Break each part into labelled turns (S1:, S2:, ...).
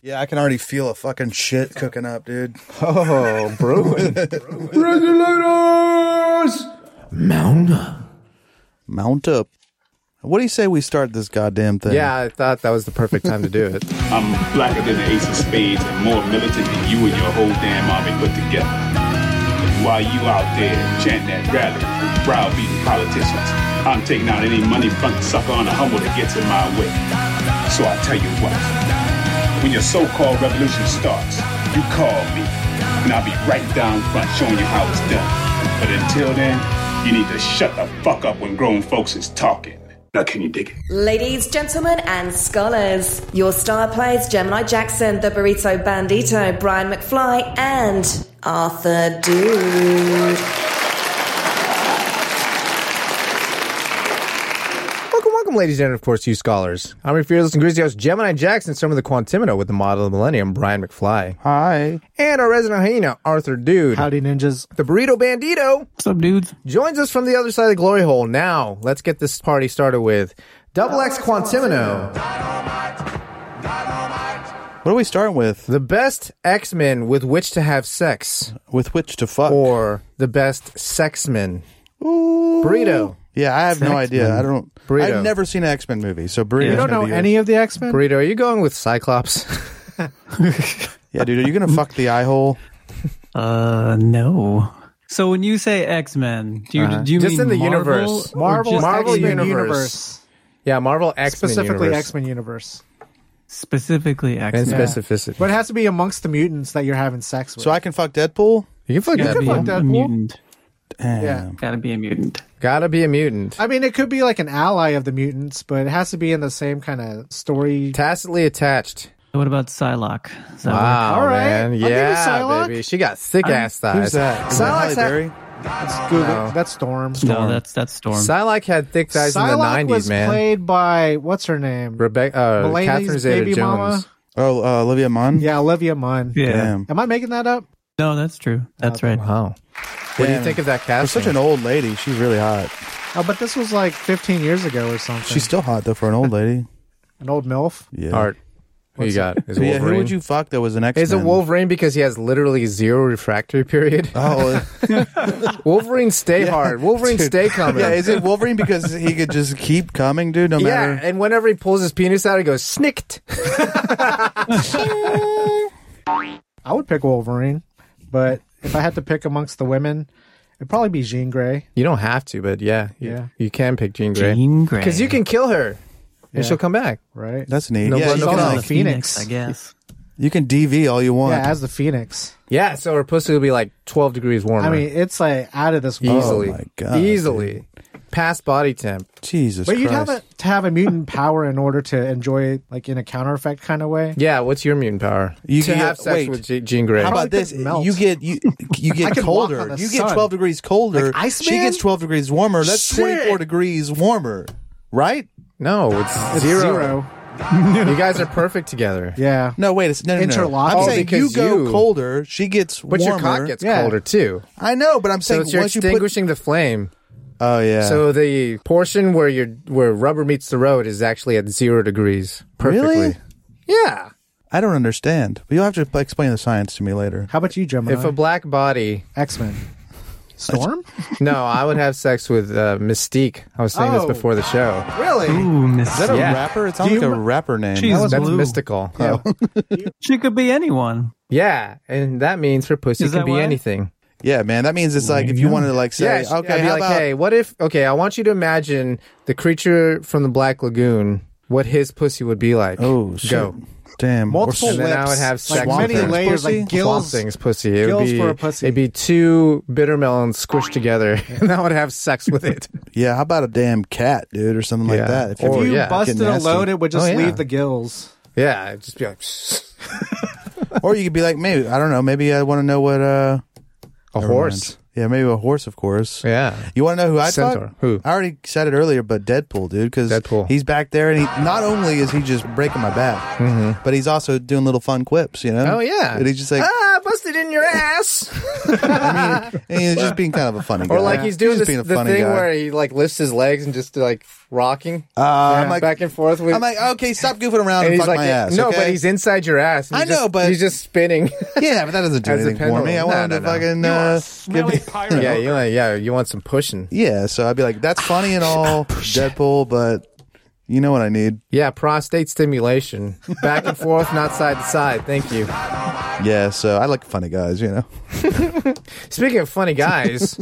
S1: Yeah, I can already feel a fucking shit cooking up, dude.
S2: Oh, brewing.
S3: Regulators!
S4: Mount up.
S1: Mount up. What do you say we start this goddamn thing?
S2: yeah, I thought that was the perfect time to do it.
S5: I'm blacker than the ace of spades and more militant than you and your whole damn army put together. While you out there chanting that rally, browbeating politicians, I'm taking out any money front sucker on the humble that gets in my way. So I tell you what, when your so-called revolution starts, you call me, and I'll be right down front showing you how it's done. But until then, you need to shut the fuck up when grown folks is talking. Now can you dig it?
S6: Ladies, gentlemen, and scholars, your star players Gemini Jackson, the Burrito Bandito, Brian McFly, and Arthur Dude.
S2: Welcome, welcome, ladies and, of course, you scholars. I'm your fearless and grizzly host, Gemini Jackson, some of the Quantimino with the model of the millennium, Brian McFly.
S1: Hi.
S2: And our resident hyena, Arthur Dude.
S3: Howdy, ninjas.
S2: The burrito bandito
S4: What's up, dudes?
S2: joins us from the other side of the glory hole. Now, let's get this party started with Double X Quantimino,
S1: What are we starting with?
S2: the best X Men with which to have sex,
S1: With which to fuck?
S2: or the best sex men.
S1: Ooh.
S2: Burrito.
S1: Yeah, I have no idea. I don't.
S2: Burrito.
S1: I've never seen an X Men movie, so burrito.
S3: You don't know any of the X Men?
S2: Burrito, are you going with Cyclops?
S1: Yeah, dude, are you gonna fuck the eye hole?
S4: Uh, no. So when you say X Men, do you do you
S2: Just
S4: mean
S2: in the
S4: Marvel
S2: universe.
S4: or
S3: Marvel,
S4: just
S2: Marvel
S3: X-Men
S2: Universe. yeah, Marvel X Men.
S3: Specifically, X Men Universe.
S4: specifically X
S2: And
S4: Men?
S2: specificity.
S3: But it has to be amongst the mutants that you're having sex with.
S1: So I can fuck Deadpool.
S2: you can fuck
S4: Gotta
S2: that.
S4: be
S3: fuck
S4: a, a
S3: Deadpool.
S4: mutant.
S3: yeah.
S4: Gotta be a mutant.
S2: Gotta be a mutant.
S3: I mean, it could be like an ally of the mutants, but it has to be in the same kind of story.
S2: Tacitly attached.
S4: What about Psylocke? Does that work?
S2: Wow,
S3: All right.
S2: man.
S3: I'll give you
S2: Yeah,
S3: Psylocke.
S2: baby. She got thick ass thighs.
S1: Who's that? Is that Halle
S2: Psylocke had,
S1: Berry?
S3: Let's Google it. That's Storm.
S4: No, that's that's Storm.
S2: Psylocke had thick thighs in the
S3: Psylocke
S2: nineties,
S3: was
S2: man.
S3: played by what's her name?
S2: Rebecca, uh,
S3: Mulaney's
S2: Catherine Zeta-Jones.
S3: baby mama.
S1: Oh, uh, Olivia Munn.
S3: Yeah, Olivia Munn.
S4: yeah.
S1: Damn.
S3: Am I making that up?
S4: No, that's true. That's right.
S2: Wow. What do you
S1: Damn.
S2: think of that
S1: For
S2: cast?
S1: such an old lady, she's really hot.
S3: Oh, but this was like 15 years ago or something.
S1: She's still hot though for an old lady.
S3: an old milf.
S1: Yeah.
S2: art. Who you got? Is
S1: So, yeah,
S2: Wolverine?
S1: who would you fuck that was an X?
S2: Is it Wolverine because he has literally zero refractory period?
S1: Oh,
S2: Wolverine, stay hard. Wolverine,
S1: dude.
S2: stay coming.
S1: yeah. Is it Wolverine because he could just keep coming, dude? No
S2: Yeah,
S1: matter.
S2: and whenever he pulls his penis out, he goes snicked.
S3: I would pick Wolverine, but if I had to pick amongst the women, it'd probably be Jean Grey.
S2: You don't have to, but yeah, you,
S3: Yeah.
S2: you can pick Jean Grey
S4: Jean Grey.
S2: because you can kill her and
S3: Yeah.
S2: she'll come back.
S3: Right?
S1: That's neat.
S2: No
S1: yeah,
S2: blood,
S1: you,
S2: no
S1: can,
S2: cloud.
S4: Oh,
S1: like,
S3: Phoenix.
S4: Phoenix, I guess.
S1: you can DV all you want.
S3: yeah, as the Phoenix.
S2: Yeah, so her pussy will be like twelve degrees warmer.
S3: I mean, oh it's like out of this world.
S2: easily,
S1: my God,
S2: easily past body temp.
S1: Jesus.
S3: But you'd
S1: Christ.
S3: have a, to have a mutant power in order to enjoy it, like in a counter effect kind of way.
S2: Yeah, what's your mutant power?
S1: You
S2: to
S1: can-
S2: have sex
S1: wait.
S2: with Je- Jean Grey.
S1: How about
S3: Probably
S1: this?
S3: could melt.
S1: You get you you
S3: I
S1: get
S3: could walk on
S1: colder.
S3: the
S1: You
S3: sun.
S1: get twelve degrees colder.
S3: Like
S1: she
S3: Iceman?
S1: gets twelve degrees warmer. That's
S2: Shit.
S1: twenty four degrees warmer, right?
S2: no, it's,
S3: It's
S2: zero.
S3: zero.
S2: You guys are perfect together.
S3: Yeah.
S1: No, wait. It's no, no, no.
S3: Interlocking.
S1: I'm
S3: Oh,
S1: saying you
S2: because
S1: go
S2: you-
S1: colder. She gets
S2: But
S1: warmer.
S2: your cock gets
S3: Yeah.
S2: colder too.
S1: I know, but I'm
S2: So
S1: saying
S2: it's you're
S1: once you put.
S2: extinguishing the flame.
S1: Oh yeah.
S2: So the portion where your where rubber meets the road is actually at zero degrees. Perfectly.
S1: Really?
S2: Yeah.
S1: I don't understand. But you'll have to p- explain the science to me later.
S3: How about you, Gemini?
S2: If a black body,
S3: X Men. Storm?
S2: no, I would have sex with uh, Mystique. I was saying this
S3: Oh.
S2: before the show.
S3: really?
S4: Ooh, Miss.
S1: Is that a
S2: Yeah.
S1: rapper? It sounds
S3: you
S1: like a
S3: rem-
S1: rapper name.
S4: She's
S2: That's
S4: blue.
S2: mystical. Oh.
S4: She could be anyone.
S2: Yeah, and that means her pussy
S4: Is
S2: can
S4: that
S2: be
S4: why?
S2: anything.
S1: Yeah, man. That means it's like if you wanted to like say,
S2: yeah,
S1: okay,
S2: I'd be
S1: how
S2: like,
S1: about
S2: hey, what if? Okay, I want you to imagine the creature from the Black Lagoon. What his pussy would be like?
S1: oh shit,
S2: go.
S1: damn, Or
S3: Multiple
S1: s-
S2: And then I would
S3: Lips.
S2: have
S3: Like
S2: sex
S3: many
S2: with her.
S3: layers, like
S1: Pussy?
S2: Swamp
S3: gills.
S2: Thing's pussy. It would
S3: gills
S2: be,
S3: for a pussy.
S2: It'd be two bitter melons squished together, and I would have sex with it.
S1: Yeah, how about a damn cat, dude, or something
S2: Yeah.
S1: like that?
S2: Or-
S1: you're
S3: If you
S2: yeah.
S3: busted
S1: Get
S3: a
S1: nasty.
S3: load, it would just
S2: Oh, yeah.
S3: leave the gills.
S2: Yeah, it'd just be like
S1: Or you could be like, maybe I don't know. Maybe I want to know what. uh
S2: a
S1: never
S2: horse.
S1: mind. Yeah, maybe a horse, of course.
S2: Yeah,
S1: You want to know who I
S2: Centaur.
S1: thought?
S2: Who?
S1: I already said it earlier, but Deadpool, dude, because
S2: Deadpool.
S1: he's back there, and he not only is he just breaking my back, but he's also doing little fun quips, you know?
S2: Mm-hmm. Oh, yeah.
S1: and he's just like,
S2: Ah, thrust it in your ass.
S1: And he's just being kind of a funny guy.
S2: Or like he's doing
S1: just
S2: this,
S1: being
S2: the
S1: a funny
S2: thing
S1: guy.
S2: where he like lifts his legs and just like rocking
S1: uh, I'm like,
S2: back and forth with.
S1: I'm like, okay, stop goofing around and,
S2: and he's
S1: fuck
S2: like,
S1: my ass.
S2: no,
S1: okay?
S2: but he's inside your ass. and
S1: I
S2: he's just-
S1: know, but-
S2: he's just spinning.
S1: yeah, but that doesn't do
S2: As a
S1: anything for me. I
S2: pendulum.
S1: wanted
S2: No,
S1: to
S2: no, no.
S1: fucking uh, give me.
S2: yeah, you want, yeah, you want some pushing.
S1: Yeah, so I'd be like, that's funny and all, Deadpool, but you know what I need?
S2: Yeah, prostate stimulation, back and forth, not side to side. Thank you.
S1: Yeah, so I like funny guys. You know,
S2: Speaking of funny guys,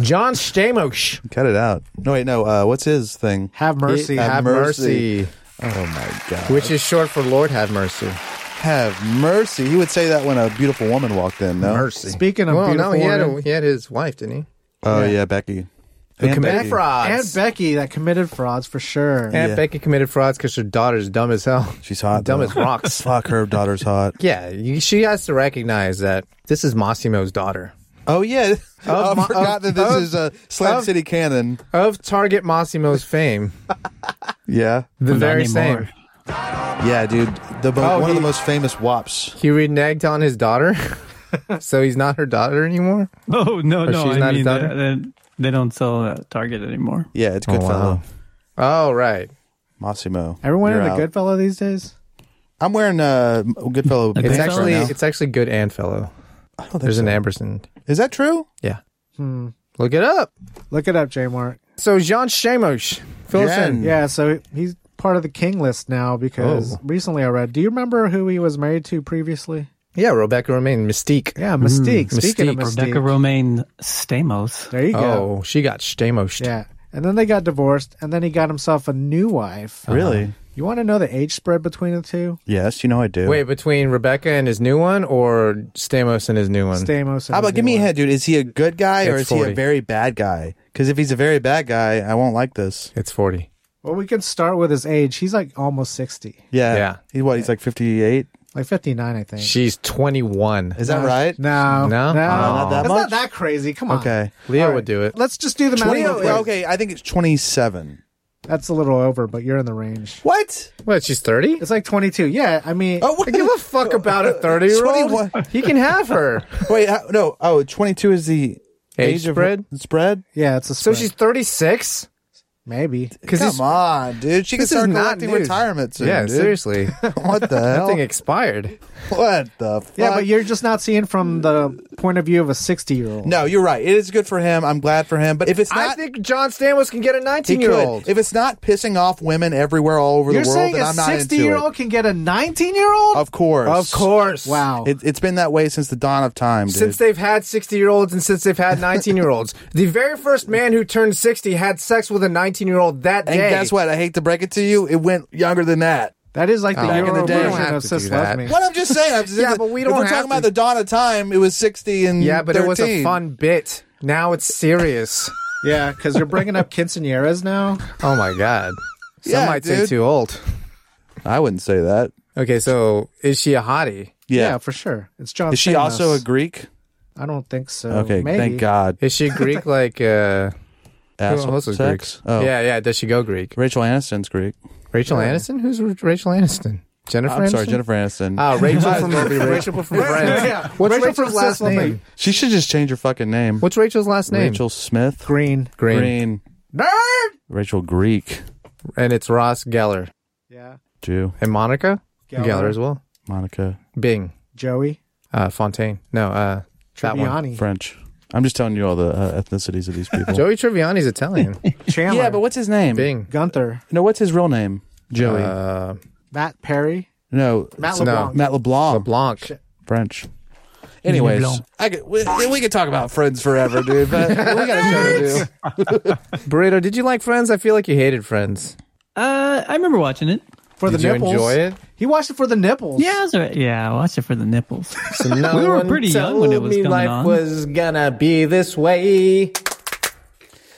S2: John Stamos.
S1: cut it out. No, wait, no. Uh, what's his thing?
S3: Have mercy.
S1: Have
S2: have mercy.
S1: Oh my god.
S2: which is short for Lord Have Mercy.
S1: Have mercy. He would say that when a beautiful woman walked in. No
S3: Speaking of
S2: Well, no,
S3: beautiful
S2: he had,
S3: women,
S2: a, he had his wife, didn't he?
S1: Oh yeah, Becky. And
S2: committed
S1: Becky.
S2: frauds.
S3: and Becky that committed frauds for sure.
S2: Aunt
S1: Yeah.
S2: Becky committed frauds because her daughter's dumb as hell.
S1: She's hot.
S2: Dumb
S1: though.
S2: as rocks.
S1: Fuck her daughter's hot.
S2: Yeah, you, she has to recognize that this is Massimo's daughter.
S1: Oh yeah. I
S2: my-
S1: forgot
S2: of-
S1: that this
S2: of-
S1: is a Slam
S2: of-
S1: City canon.
S2: Of Target Massimo's fame,
S1: Yeah.
S2: the
S4: Not
S2: very
S4: anymore.
S2: same.
S1: Yeah, dude. The mo-
S2: Oh,
S1: one of the
S2: he-
S1: most famous wops.
S2: He reneged on his daughter, so he's not her daughter anymore.
S4: Oh no, no,
S2: she's
S4: I
S2: not his
S4: mean
S2: daughter?
S4: they, they- they don't sell uh, Target anymore.
S1: Yeah, it's good fellow.
S2: Oh right,
S1: Massimo.
S3: Everyone
S1: you're
S3: in a
S1: out.
S3: good fellow these days.
S1: I'm wearing uh, Goodfellow.
S4: It's
S2: it's
S4: Big
S1: pants
S2: actually
S1: right now.
S2: it's actually good and fellow.
S1: I don't think
S2: There's an
S1: so.
S2: Amberson.
S1: Is that true?
S2: Yeah, look it up.
S3: Look it up, J Mark.
S2: So Jean Shamos, fill us
S1: Jean.
S2: in.
S3: Yeah, so he's part of the king list now because
S2: Oh.
S3: recently I read. Do you remember who he was married to previously?
S2: Yeah, Rebecca Romaine, Mystique.
S3: Yeah, Mystique. Speaking of
S2: Mystique.
S3: Mystique,
S4: Rebecca Romaine Stamos.
S3: there you go.
S2: Oh, she got Stamos.
S3: Yeah, and then they got divorced, and then he got himself a new wife.
S1: Really?
S3: You want to know the age spread between the two?
S1: Yes, you know I do.
S2: Wait, between Rebecca and his new one, or Stamos and his new one?
S3: Stamos. And
S1: How
S3: his
S1: about give
S3: new
S1: me a
S3: wife.
S1: hint, dude? Is he a good guy or is
S2: It's
S1: he
S2: 40.
S1: a very bad guy? Because if he's a very bad guy, I won't like this.
S2: it's forty.
S3: Well, we can start with his age. He's like almost sixty,
S1: Yeah.
S2: Yeah.
S1: He what? He's like fifty eight.
S3: like fifty nine, I think.
S2: She's twenty-one.
S1: Is that right?
S3: No, no,
S2: No? Not
S1: that
S3: That's
S1: much?
S3: not that crazy. Come on.
S1: Okay.
S2: Leo
S3: All right.
S2: would do it.
S3: Let's just do the math.
S1: Twenty.
S3: real quick.
S1: Okay, I think it's twenty seven.
S3: That's a little over, but you're in the range.
S1: What?
S2: What? She's thirty.
S3: It's like 22. Yeah, I mean,
S1: Oh, what?
S2: Give a fuck about a thirty-year-old.
S1: 21.
S2: He can have her.
S1: Wait, how, no. Oh, 22 is the
S2: Age
S1: of-
S2: spread?
S1: spread.
S3: yeah, it's a
S2: So
S3: spread.
S2: she's thirty-six.
S3: maybe.
S1: Come on, dude. She can
S2: This is
S1: start
S2: not
S1: collecting
S2: news.
S1: retirement soon.
S2: yeah,
S1: dude.
S2: seriously.
S1: What the
S2: That
S1: hell?
S2: thing expired.
S1: what the? Fuck?
S3: Yeah, but you're just not seeing from the point of view of a 60 year old.
S1: No, you're right. It is good for him. I'm glad for him. But if it's
S2: I
S1: not,
S2: think John Stamos can get a
S1: he
S2: nineteen-year-old.
S1: could. If it's not pissing off women everywhere all over
S3: You're
S1: the world,
S3: saying
S1: then
S3: a
S1: I'm not
S3: 60
S1: into
S3: year
S1: it.
S3: old can get a 19 year old?
S1: Of course.
S2: Of course.
S3: Wow.
S1: It, it's been that way since the dawn of time, dude.
S2: Since they've had 60 year olds and since they've had 19 year olds. The very first man who turned 60 had sex with a 19 year old that
S1: and
S2: day.
S1: guess what? I hate to break it to you, it went younger than that.
S3: that is like the
S2: Back
S3: Euro
S2: in the day. We don't
S3: version
S2: have
S3: of
S2: to
S3: Sis
S2: do that.
S3: Loves Me.
S1: What I'm just saying, I'm just
S2: Yeah, but we don't
S1: If we're
S2: have
S1: talking
S2: to.
S1: about the dawn of time, it was 60 and
S2: Yeah, but it was a
S1: 13.
S2: fun bit. Now it's serious.
S3: Yeah, because you're bringing up quinceañeras now.
S2: oh my God. Some
S1: Yeah,
S2: might say
S1: dude.
S2: too old.
S1: I wouldn't say that.
S2: Okay, so is she a hottie?
S1: Yeah.
S3: for sure. It's John.
S1: Is she
S3: Stamos.
S1: also a Greek?
S3: I don't think so.
S2: Oh,
S1: Okay,
S3: Maybe.
S1: thank God.
S2: Is she Greek like uh who
S1: Asshole
S2: else is
S1: sex?
S2: Greek?
S1: Oh.
S2: Yeah, yeah. Does she go Greek?
S1: Rachel Aniston's Greek.
S2: Rachel Aniston? Who's R- Rachel Aniston? Jennifer
S1: I'm sorry,
S2: Aniston?
S1: Jennifer Aniston.
S2: Ah, Rachel from Rachel from Friends.
S3: Yeah.
S2: What's
S3: Rachel
S2: Rachel's
S3: from
S2: last
S3: Sis Loves
S2: name?
S3: Me.
S1: she should just change her fucking name.
S2: What's Rachel's last name?
S1: Rachel Smith?
S3: Green.
S2: Green.
S1: Green.
S2: Nerd!
S1: Rachel Greek.
S2: And it's Ross Geller.
S3: Yeah.
S1: Jew.
S2: And Monica?
S3: Geller.
S2: Geller as well.
S1: Monica.
S2: Bing.
S3: Joey.
S2: Uh, Fontaine. No, uh, that one.
S3: Gianni.
S1: French. I'm just telling you all the uh, ethnicities of these people.
S2: Joey Triviani's Italian.
S3: Chandler.
S1: yeah, but what's his name?
S2: Bing.
S3: Gunther.
S1: No, what's his real name? Joey.
S2: Uh,
S3: Matt Perry.
S1: no,
S3: Matt
S1: it's-
S3: LeBlanc.
S1: Matt LeBlanc.
S2: LeBlanc.
S1: French. Anyways,
S4: LeBlanc.
S1: I could, we, we could talk about friends forever, dude. But we got a show to do.
S2: Burrito, did you like Friends? I feel like you hated Friends.
S4: Uh, I remember watching it.
S3: For
S2: Did
S3: the
S2: you
S3: nipples.
S2: enjoy it?
S3: He watched it for the nipples.
S4: Yeah, I was all right. yeah, I watched it for the nipples.
S2: So no
S4: We were
S2: one
S4: pretty young
S2: told
S4: when it was
S2: me
S4: coming
S2: life
S4: on.
S2: was gonna be this way.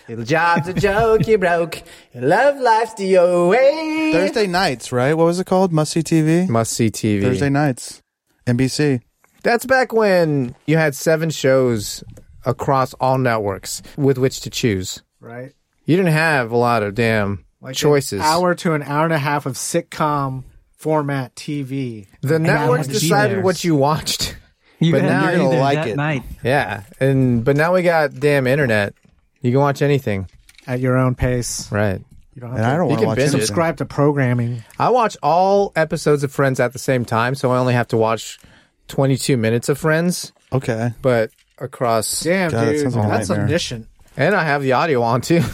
S2: Your job's a joke, you broke. Your love life's the away.
S1: Thursday nights, right? What was it called? Must see TV.
S2: Must see TV.
S1: Thursday nights, NBC.
S2: That's back when you had seven shows across all networks with which to choose.
S3: Right.
S2: You didn't have a lot of damn
S3: Like
S2: choices.
S3: An hour to an hour and a half of sitcom format TV.
S2: the networks
S4: had to be
S2: decided
S4: there.
S2: what you watched.
S4: You,
S2: But
S4: and
S2: now
S4: you're
S2: you'll
S4: either
S1: like
S4: that
S1: it.
S4: Night.
S2: Yeah, and but now we got damn internet. You can watch anything,
S3: at your own pace.
S2: right?
S3: You don't have
S1: And I don't
S2: You
S1: want
S2: can
S1: to watch
S2: binge
S1: anything.
S2: it.
S3: subscribe to programming.
S2: I watch all episodes of Friends at the same time, so I only have to watch twenty-two minutes of Friends,
S1: Okay.
S2: but across
S3: Damn,
S1: God, that
S3: dude,
S1: sounds like a
S3: that's
S1: nightmare.
S3: omniscient.
S2: and I have the audio on too.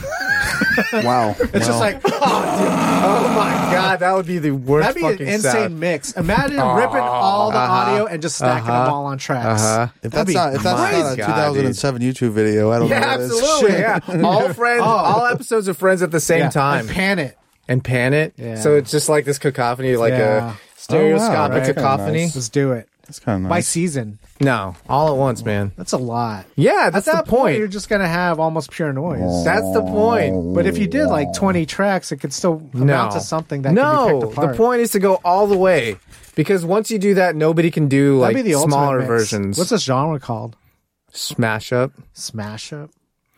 S1: Wow. it's
S2: Just like, oh, dude. Oh my god, that would be the worst
S3: That'd be an
S2: fucking Ah.
S3: insane
S2: sound.
S3: mix. Imagine ripping all the audio and just stacking them all on tracks.
S2: Uh-huh.
S1: If
S3: That'd
S1: that's
S3: be
S1: not if that's
S2: crazy.
S1: not a
S2: God,
S1: 2007 YouTube video, I don't
S2: Yeah,
S1: know. what it is. Oh,
S2: absolutely.
S1: Shit.
S2: Yeah, all friends, all episodes of Friends at the same
S3: Yeah,
S2: time,
S3: and pan it.
S2: and pan it.
S3: Yeah.
S2: So it's just like this cacophony, like
S3: Yeah. Oh,
S2: a stereoscopic
S1: right.
S2: cacophony.
S1: Nice.
S3: Let's do it
S1: That's kind of
S3: by
S1: nice.
S3: season.
S2: No, all at once, man.
S3: That's a lot.
S2: Yeah, that's
S3: At that
S2: the point.
S3: You're just gonna have almost pure noise.
S2: That's the point.
S3: But if you did like 20 tracks, it could still amount to something that
S2: no,
S3: can be picked apart.
S2: the point is to go all the way because once you do that, nobody can do
S3: That'd
S2: like
S3: be the ultimate
S2: smaller
S3: mix.
S2: versions.
S3: What's this genre called?
S2: smash up?
S3: Smash up.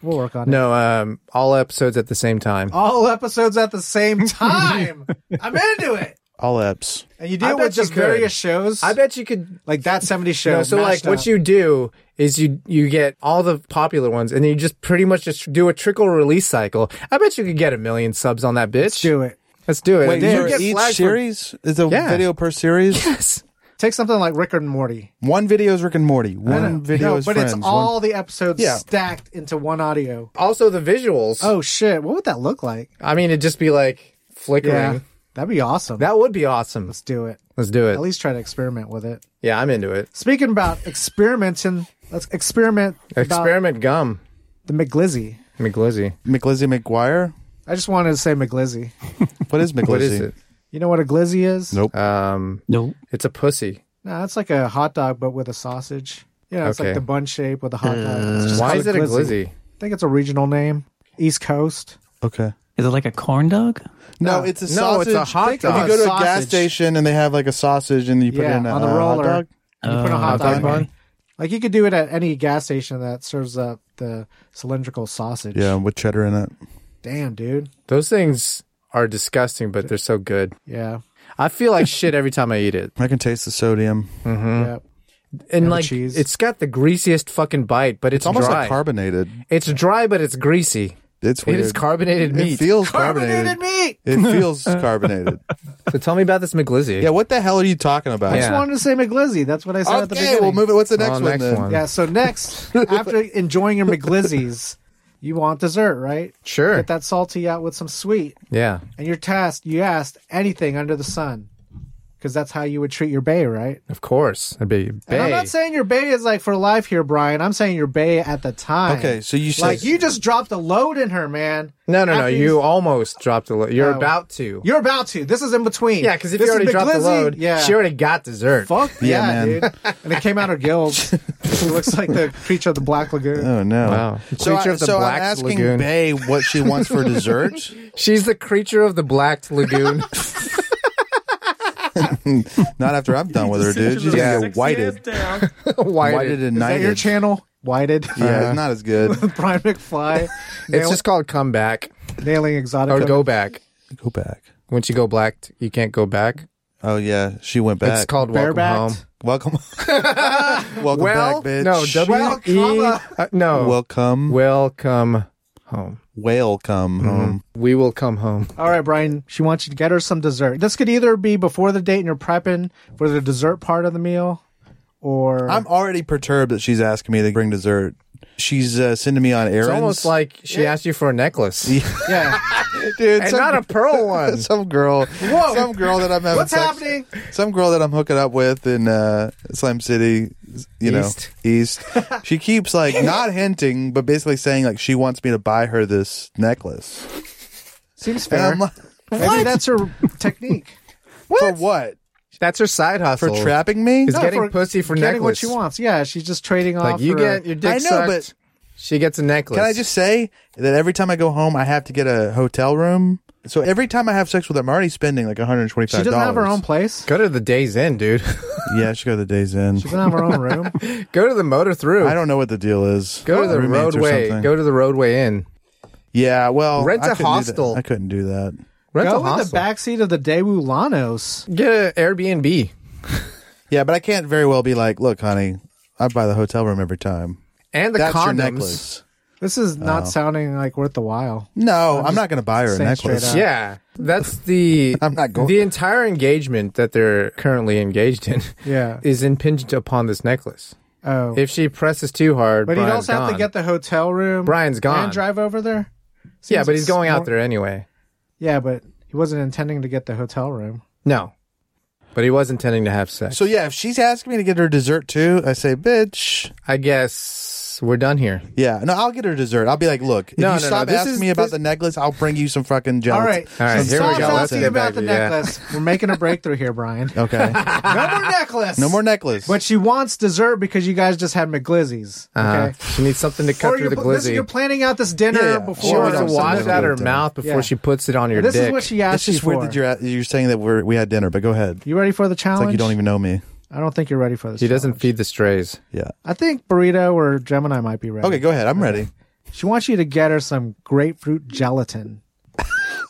S3: We'll work on it.
S2: No, um, all episodes at the same time.
S3: All episodes at the same time. I'm into it.
S1: All eps.
S3: And you
S2: I
S3: do it
S2: bet
S3: with just
S2: you could.
S3: various shows.
S2: I bet you could.
S3: like that 70 show.
S2: No, so like
S3: mashed
S2: what
S3: up.
S2: you do is you you get all the popular ones and then you just pretty much just do a trickle release cycle. I bet you could get a million subs on that bitch.
S3: Let's do it.
S2: Let's do it.
S1: Wait,
S2: Then
S1: for
S2: you get
S1: each
S2: flagged for-
S1: series is a
S2: Yeah.
S1: video per series.
S2: Yes.
S3: Take something like Rick and Morty.
S1: One video is Rick and Morty. One video
S3: No,
S1: is
S3: but
S1: Friends.
S3: it's
S1: One-
S3: all the episodes
S1: Yeah.
S3: stacked into one audio.
S2: Also the visuals.
S3: Oh shit, what would that look like?
S2: I mean, it'd just be like flickering.
S3: That'd be awesome.
S2: That would be awesome.
S3: Let's do it.
S2: Let's do it.
S3: At least try to experiment with it.
S2: Yeah, I'm into it.
S3: Speaking about experimenting, let's experiment about
S2: Experiment gum.
S3: the McGlizzy.
S2: McGlizzy.
S1: McLizzie McGuire.
S3: I just wanted to say McGlizzy.
S1: What is McGlizzy?
S2: What is it?
S3: You know what a glizzy is?
S1: Nope.
S2: Um,
S4: Nope.
S2: it's a pussy.
S3: No, that's like a hot dog, but with a sausage. You know, it's
S2: Okay. Mm.
S3: like the bun shape with a hot dog. It's just
S2: Why
S3: called
S2: is it a glizzy?
S3: I think it's a regional name. East Coast.
S1: Okay.
S4: Is it like a corn dog?
S1: No, it's a
S2: No,
S1: sausage.
S2: it's a hot
S1: If
S2: dog.
S1: you go to a gas
S3: Sausage.
S1: station and they have like a sausage and you put
S3: yeah,
S1: in a
S3: on the
S1: uh, hot
S3: roller.
S1: dog.
S3: And you put a
S4: Oh,
S3: Uh, hot
S2: hot
S3: dog
S2: dog
S3: on.
S2: bun?
S3: Like you could do it at any gas station that serves up the cylindrical sausage.
S1: Yeah, with cheddar in it.
S3: Damn, dude.
S2: Those things are disgusting, but they're so good.
S3: Yeah.
S2: I feel like shit every time I eat it.
S1: I can taste the sodium.
S2: Hmm.
S3: Yeah.
S2: And
S3: the
S2: like,
S3: cheese.
S2: it's got the greasiest fucking bite, but it's,
S1: It's almost
S2: dry.
S1: like carbonated.
S2: it's dry, but it's greasy.
S1: It's
S2: It
S1: weird.
S2: is carbonated meat.
S1: It feels carbonated.
S3: meat.
S1: It feels carbonated.
S2: so tell me about this McGlizzy.
S1: Yeah, what the hell are you talking about?
S3: I just
S2: Yeah.
S3: wanted to say McGlizzy. That's what I said at the
S1: Okay,
S3: beginning.
S1: we'll move it. What's the
S2: Oh,
S1: next one
S2: next
S1: then?
S2: one.
S3: Yeah. So next, after enjoying your McGlizzies, you want dessert, right?
S2: Sure.
S3: Get that salty out with some sweet.
S2: Yeah.
S3: And your task, you asked anything under the sun, because that's how you would treat your bay, right?
S2: Of course. I'd be
S3: And I'm
S2: bae.
S3: not saying your bay is like for life here, Brian. I'm saying your bay at the time.
S1: Okay, so you said
S3: like you just dropped a load in her, man.
S2: No, no, no.
S3: After
S2: You almost dropped a load. You're
S3: Oh.
S2: about to.
S3: You're about to. This is in between.
S2: yeah, because if
S3: This
S2: you
S3: is
S2: already dropped the
S3: McGlizzy.
S2: load,
S3: yeah.
S2: she already got dessert.
S3: Fuck
S1: Yeah,
S3: yeah,
S1: man.
S3: dude. And it came out of guild. She looks like the creature of the Black Lagoon.
S1: Oh no!
S2: Wow.
S1: So,
S2: Creature
S1: I,
S2: of the
S1: so I'm
S2: Black
S1: asking
S2: Lagoon.
S1: Bay what she wants for dessert.
S2: She's the creature of the blacked lagoon.
S1: Not after I'm done with her, dude. She's
S2: Yeah.
S1: gonna get whited, whited
S2: Whited.
S1: and
S3: is that
S1: knighted.
S3: your channel? Whited.
S1: yeah, it's not as good.
S3: Brian McFly.
S2: It's
S3: Nail,
S2: just called come back
S3: nailing exotic.
S2: or go back.
S1: Go back.
S2: Once you go blacked, you can't go back.
S1: Oh yeah, she went back.
S2: It's called welcome
S3: Barebacked?
S2: home.
S1: welcome. welcome
S2: well,
S1: back, bitch.
S2: no, W E.
S3: comma.
S2: uh, no,
S1: welcome.
S2: welcome home.
S1: Whale come home.
S2: We will come home.
S3: All right, Brian. She wants you to get her some dessert. This could either be before the date and you're prepping for the dessert part of the meal, or
S1: I'm already perturbed that she's asking me to bring dessert. She's uh, sending me on errands.
S2: It's almost like she asked you for a necklace,
S3: yeah.
S1: dude,
S2: and
S1: some-
S2: not a pearl one.
S1: some girl, some girl that I'm having
S3: What's
S1: sex-
S3: happening?
S1: Some girl that I'm hooking up with in uh, Slam City, you
S2: East.
S1: know, East. she keeps like not hinting, but basically saying like she wants me to buy her this necklace.
S3: Seems
S1: And
S3: fair.
S1: I'm like,
S3: Maybe that's her technique.
S1: for what?
S2: That's her side
S1: For
S2: hustle.
S1: trapping me?
S2: Is getting pussy for
S3: getting what
S2: necklace.
S3: she wants. Yeah, she's just trading off.
S2: Like you
S3: her-
S2: get your dick
S1: I know,
S2: sucked.
S1: but-
S2: she gets a necklace.
S1: Can I just say that every time I go home, I have to get a hotel room. So every time I have sex with her, I'm already spending like 125.
S3: She doesn't have her own place.
S2: go to the Days End, dude?
S1: Yeah, she go to the days in.
S3: She doesn't have her own room.
S2: go to the motor through.
S1: I don't know what the deal is.
S2: go to the
S1: Roommates or
S2: roadway.
S1: something.
S2: Go to the roadway inn.
S1: yeah, well,
S2: Rent
S1: I couldn't
S2: a
S1: do that.
S2: hostel.
S1: I couldn't do that.
S2: Rent a
S3: Go in the
S2: hostel.
S3: backseat of the Daewoo Lanos.
S2: Get an Airbnb.
S1: Yeah, but I can't very well be like, look, honey, I buy the hotel room every time.
S2: And the
S1: That's your
S2: condoms.
S1: necklace.
S3: This is
S2: Oh.
S3: not sounding like worth the while.
S1: No, I'm, not going to buy her a
S3: saying
S1: necklace.
S3: straight
S1: Yeah.
S3: up.
S2: Yeah, that's the
S1: I'm not going-
S2: the entire engagement that they're currently engaged in.
S3: Yeah.
S2: is impinged upon this necklace.
S3: Oh,
S2: If she presses too hard,
S3: but
S2: Brian's
S3: he'd also have to
S2: gone.
S3: get the hotel room.
S2: Brian's gone.
S3: And drive over there.
S2: yeah,
S3: Seems
S2: but he's going out
S3: more-
S2: there anyway.
S3: Yeah, but he wasn't intending to get the hotel room.
S2: No, but he was intending to have sex.
S1: So yeah, if she's asking me to get her dessert too, I say, bitch.
S2: I guess we're done here.
S1: Yeah, no, I'll get her dessert. I'll be like, look, if
S2: No,
S1: you
S2: no, no,
S1: stop
S2: this
S1: asking
S2: is-
S1: me about
S2: this-
S1: the necklace, I'll bring you some fucking gelatin.
S3: All right.
S2: All right,
S3: So
S2: here we
S3: stop
S2: go. Let's
S3: asking
S2: get
S3: about
S2: back
S3: the
S2: to- yeah.
S3: necklace. We're making a breakthrough here, Brian.
S1: Okay.
S3: No more necklace.
S1: No more necklace.
S3: But she wants dessert because you guys just had McGlizzies.
S2: Uh-huh.
S3: Okay.
S2: She needs something to cut
S3: Or
S2: through
S3: you're,
S2: the
S3: pl- this-
S2: glizzy.
S3: you're planning out this dinner
S1: Yeah, yeah.
S3: before.
S2: she
S1: Or
S2: wants to
S1: something
S2: wash
S1: with
S2: out her
S1: gluten.
S2: mouth before
S3: Yeah.
S2: she puts it on your
S3: This
S2: dick.
S3: is what she
S1: it's
S3: asked you
S1: just weird
S3: for.
S1: that you're at, you're saying that we're we had dinner, but go ahead.
S3: you ready for the challenge?
S1: It's like you don't even know me.
S3: I don't think you're ready for this.
S2: she doesn't
S3: challenge.
S2: feed the strays.
S1: Yeah.
S3: I think Burrito or Gemini might be ready.
S1: Okay, go ahead. I'm ready.
S3: She wants you to get her some grapefruit gelatin.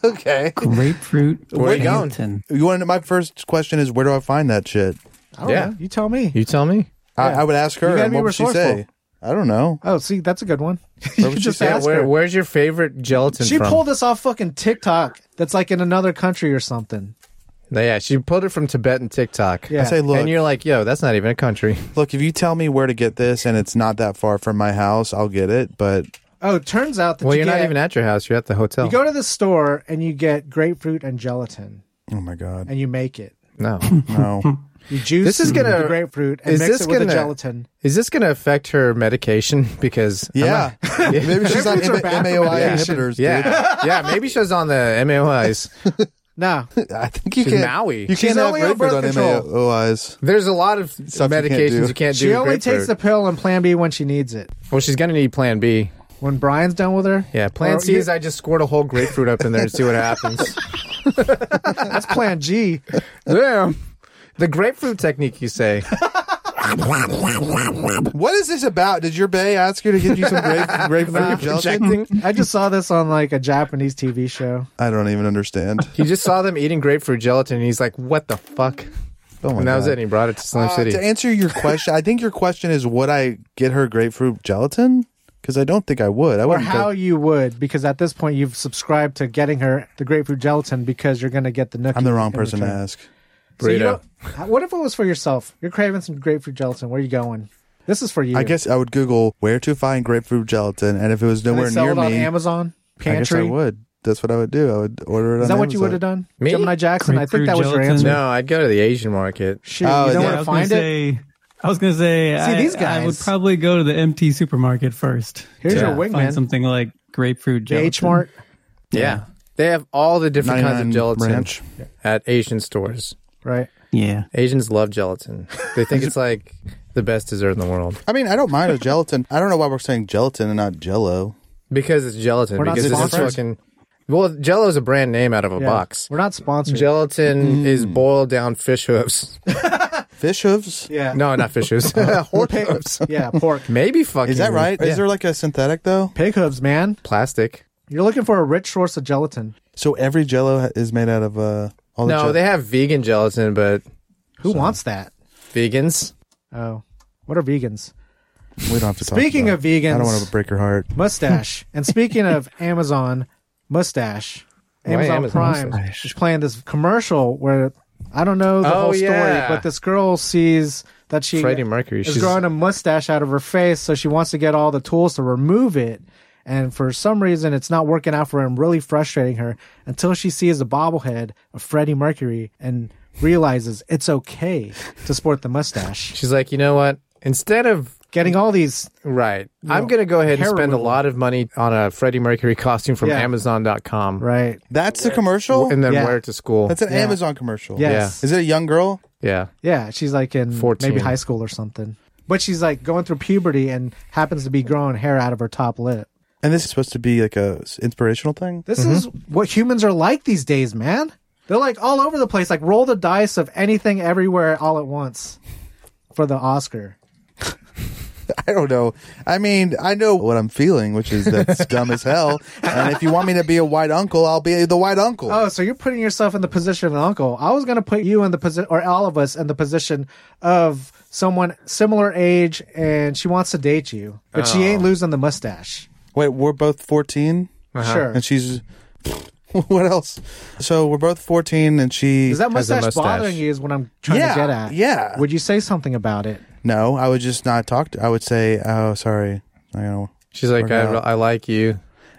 S1: Okay.
S4: Grapefruit.
S2: Where you going?
S4: Wellington.
S1: You want to, my first question is where do I find that shit?
S3: I don't
S2: Yeah.
S3: know. You tell me.
S2: You tell me.
S1: I, I would ask
S3: You
S1: her.
S3: gotta
S1: and
S3: be
S1: what would she say?
S3: resourceful.
S1: I don't know.
S3: Oh, see, that's a good one. you
S1: would she
S3: just
S1: say?
S3: ask
S2: where,
S3: her.
S2: where's your favorite gelatin
S3: She
S2: from?
S3: pulled this off fucking TikTok. That's like in another country or something.
S2: yeah, she pulled it from Tibetan TikTok.
S3: Yeah.
S1: I say, look,
S2: and you're like, yo, that's not even a country.
S1: look. If you tell me where to get this and it's not that far from my house, I'll get it. But
S3: Oh, it turns out that
S2: Well,
S3: you
S2: you're not
S3: get-
S2: even at your house. You're at the hotel.
S3: You go to the store and you get grapefruit and gelatin,
S1: oh my god,
S3: and you make it.
S2: no.
S1: no.
S3: You juice
S2: This is gonna-
S3: the grapefruit and
S2: is
S3: mix
S2: this
S3: it with the
S2: gonna-
S3: gelatin.
S2: Is this going to affect her medication? Because I'm
S1: Yeah, maybe she's on
S3: Grapefruits are
S1: M-
S3: bad for
S1: MAOI
S3: medication.
S1: inhibitors. Dude.
S2: yeah, yeah. Maybe she was on the MAOIs.
S3: No,
S1: I think you
S2: She's
S1: can
S2: Maui.
S1: You
S2: She's
S1: can't have
S3: only on
S1: grapefruit on
S3: birth control.
S1: MAOIs.
S2: There's a lot of
S1: can't do.
S2: medications you can't do.
S3: she
S2: with
S3: only takes
S2: grapefruit.
S3: the pill and Plan B when she needs it.
S2: Well, she's gonna need Plan B.
S3: When Brian's done with her,
S2: Yeah, Plan
S3: Or
S2: C is
S3: you-
S2: I just squirt a whole grapefruit up in there and see what happens.
S3: that's Plan G.
S2: Damn. The grapefruit technique, you say?
S1: What is this about? Did your bae ask you to give you some grape, grapefruit gelatin?
S2: Projecting?
S3: I just saw this on like a Japanese TV show.
S1: I don't even understand.
S2: He just saw them eating grapefruit gelatin, and he's like, "What the fuck?"
S1: Oh my
S2: and that was
S1: God.
S2: it. And he brought it to Slim
S1: Uh,
S2: City.
S1: To answer your question, I think your question is would I get her grapefruit gelatin? Because I don't think I would. I
S3: Or
S1: wouldn't.
S3: how
S1: go-
S3: you would, because at this point you've subscribed to getting her the grapefruit gelatin because you're going to get the nookie.
S1: I'm the wrong
S3: in
S1: person to
S3: return.
S1: ask.
S3: So you
S2: Burrito.
S3: don't- what if it was for yourself? You're craving some grapefruit gelatin. Where are you going? This is for you.
S1: I guess I would Google where to find grapefruit gelatin, and if it was
S3: Can they
S1: nowhere
S3: sell
S1: near
S3: it on
S1: me,
S3: Amazon
S1: I guess
S3: pantry.
S1: I would. That's what I would do. I would order it.
S3: Is
S1: on
S3: that what you
S1: Amazon.
S3: would have done?
S2: Me?
S3: Gemini Jackson. I think
S4: Grapefruit
S3: that was your
S4: gelatin.
S3: answer.
S2: no, I'd go to the Asian market.
S3: Shit,
S1: Oh,
S3: you don't
S1: yeah,
S3: want
S4: I
S3: to
S4: was gonna
S3: find it.
S4: say. I was gonna say.
S3: See,
S4: I,
S3: these
S4: I would
S3: guys-
S4: probably go to the empty supermarket first.
S3: Here's
S4: to
S3: your wingman.
S4: Find something like grapefruit
S3: The
S4: gelatin.
S3: H Mart.
S2: Yeah. They have all the different kinds of
S1: 99
S2: gelatin
S1: Ranch.
S2: at Asian stores.
S3: Right.
S4: Yeah.
S2: Asians love gelatin. They think it's like the best dessert in the world
S1: I mean, I don't mind a gelatin. I don't know why we're saying gelatin and not Jello.
S2: because it's gelatin.
S3: We're not
S2: because it's
S3: sponsored.
S2: fucking. Well, Jello is a brand name out of a
S3: Yeah.
S2: box.
S3: We're not sponsored.
S2: Gelatin is boiled down fish hooves.
S1: Fish hooves.
S3: yeah.
S2: No, not fish hooves. Horse hooves.
S3: Yeah. Pork.
S2: Maybe fucking.
S1: Is that right?
S2: Yeah.
S1: Is there like a synthetic though?
S3: Pig hooves, man.
S2: plastic?
S3: You're looking for a rich source of gelatin.
S1: So every Jello ha- is made out of uh, all the
S2: No,
S1: gel-
S2: they have vegan gelatin, but
S3: Who wants that?
S2: vegans.
S3: Oh, what are vegans?
S1: we don't have to. talk
S3: Speaking
S1: about
S3: of
S1: it. I don't
S3: vegans-
S1: want to break your heart.
S3: Mustache. and speaking of Amazon, mustache. Amazon,
S2: Amazon
S3: Prime
S2: mustache?
S3: is playing this commercial where I don't know the
S2: Oh,
S3: whole story,
S2: yeah.
S3: but this girl sees that she
S2: Freddie Mercury.
S3: is
S2: She's-
S3: growing a mustache out of her face, so she wants to get all the tools to remove it. And for some reason, it's not working out for her and really frustrating her until she sees a bobblehead of Freddie Mercury and realizes it's okay to sport the mustache.
S2: She's like, you know what? Instead of
S3: Getting all these
S2: right, I'm gonna go ahead and
S3: hair
S2: spend a
S3: removal.
S2: lot of money on a Freddie Mercury costume from
S3: Yeah.
S2: Amazon.com,
S3: right,
S1: That's the commercial.
S2: and then
S3: Yeah.
S2: wear it to school.
S1: That's an Amazon commercial.
S3: yes,
S1: Is it a young girl?
S2: yeah,
S3: Yeah, she's like in
S2: 14.
S3: maybe high school or something. But she's like going through puberty and happens to be growing hair out of her top lip.
S1: And this is supposed to be like a s- inspirational thing.
S3: This is what humans are like these days, man. They're like all over the place, like roll the dice of anything everywhere all at once for the Oscar.
S1: I don't know. I mean, I know what I'm feeling, which is that's dumb as hell. And if you want me to be a white uncle, I'll be the white uncle.
S3: Oh, so you're putting yourself in the position of an uncle. I was going to put you in the position, or all of us in the position of someone similar age and she wants to date you, but she ain't losing the mustache.
S1: Wait, we're both 14,
S3: Sure.
S1: and she's what else? So we're both 14, and she
S3: Is that
S2: Has a
S3: mustache,
S2: mustache.
S3: bothering you? Is what I'm trying
S1: Yeah,
S3: to get at.
S1: yeah.
S3: Would you say something about it?
S1: no. I would just not talk to. I would say, oh, sorry. I know.
S2: She's like, I,
S1: out.
S2: I like you.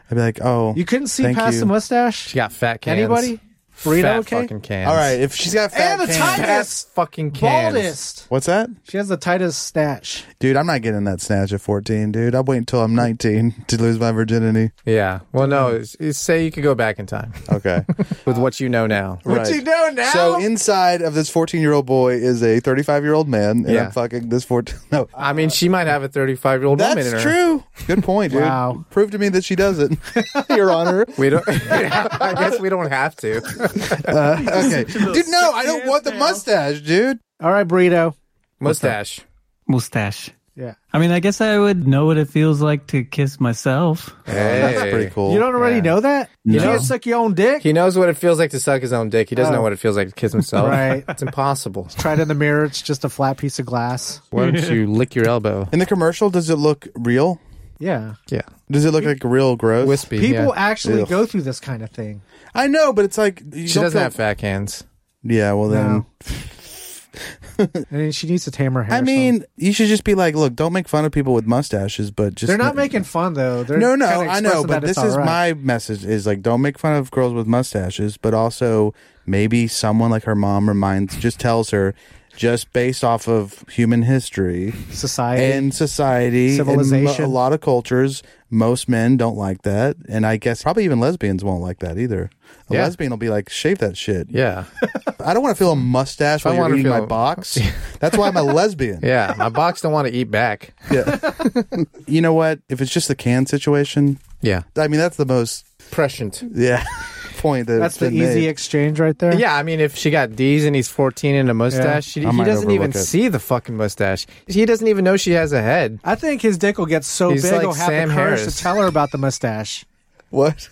S1: I'd be like, oh,
S3: You couldn't see
S1: thank
S3: past
S1: you.
S3: the mustache.
S2: She got fat cans.
S3: Anybody? Burrito
S2: fat
S3: okay?
S2: fucking cans.
S1: All right, if she's got fat
S3: And the
S1: cans-
S3: tightest,
S2: fucking cans.
S3: baldest.
S1: What's that?
S3: She has the tightest snatch.
S1: Dude, I'm not getting that snatch at 14, dude. I'll wait until I'm 19 to lose my virginity.
S2: Yeah. Well, no. It's, it's say you could go back in time
S1: Okay.
S2: with what you know now.
S1: Right.
S3: you know now?
S1: So inside of this 14 year old boy is a 35 year old man, and
S2: Yeah.
S1: I'm fucking this 14. No,
S2: I mean, she might have a 35 year old woman in her.
S1: that's true. Good point, dude.
S3: Wow.
S1: Prove to me that she doesn't, Your Honor.
S2: We don't. I guess we don't have to.
S1: Okay, dude. No, I don't want the mustache, dude.
S3: All right, burrito.
S2: Mustache.
S4: Mustache.
S3: Yeah.
S4: I mean, I guess I would know what it feels like to kiss myself.
S2: Hey.
S1: That's pretty cool.
S3: You don't already know that? You can't suck your own dick?
S2: He knows what it feels like to suck his own dick. He doesn't know what it feels like to kiss himself.
S3: Right.
S2: It's impossible.
S3: Tried in the mirror. It's just a flat piece of glass.
S2: Why don't you lick your elbow?
S1: In the commercial, does it look real?
S3: Yeah.
S2: Yeah.
S1: Does it look like real gross?
S2: Wispy.
S3: People
S2: yeah.
S3: actually
S1: Ugh.
S3: go through this kind of thing.
S1: I know, but it's like you
S2: She
S1: don't
S2: doesn't
S1: feel-
S2: have fat hands.
S1: Yeah, well then.
S3: No. and she needs to tame her hair.
S1: I mean, you should just be like, look, don't make fun of people with mustaches, but just
S3: they're not making fun though. They're
S1: No, no,
S3: kinda
S1: I know,
S3: expressing
S1: but
S3: that it's
S1: this is
S3: all right.
S1: my message: is like, don't make fun of girls with mustaches, but also maybe someone like her mom reminds, just tells her, just based off of human history
S3: society.
S1: and society, and mo-
S3: Civilization.
S1: a lot of cultures, most men don't like that, and I guess probably even lesbians won't like that either. A
S2: Yeah.
S1: lesbian will be like, shave that shit.
S2: Yeah.
S1: I don't want to feel a mustache while
S2: I
S1: you're
S2: wanna
S1: eating my
S2: feel-
S1: box. That's why I'm a lesbian.
S2: Yeah. My box don't want to eat back.
S1: You know what? If it's just the can situation,
S2: Yeah.
S1: I mean, that's the most
S2: Prescient.
S1: yeah point that
S3: That's the easy exchange right there.
S2: Yeah, I mean, if she got D's and he's 14 and a mustache,
S1: I
S2: she, he
S1: might
S2: doesn't even
S1: overlook it.
S2: see the fucking mustache. He doesn't even know she has a head.
S3: I think his dick will get so
S2: He's
S3: big
S2: like
S3: he'll have
S2: Sam
S3: the courage
S2: Harris.
S3: to tell her about the mustache.
S1: What?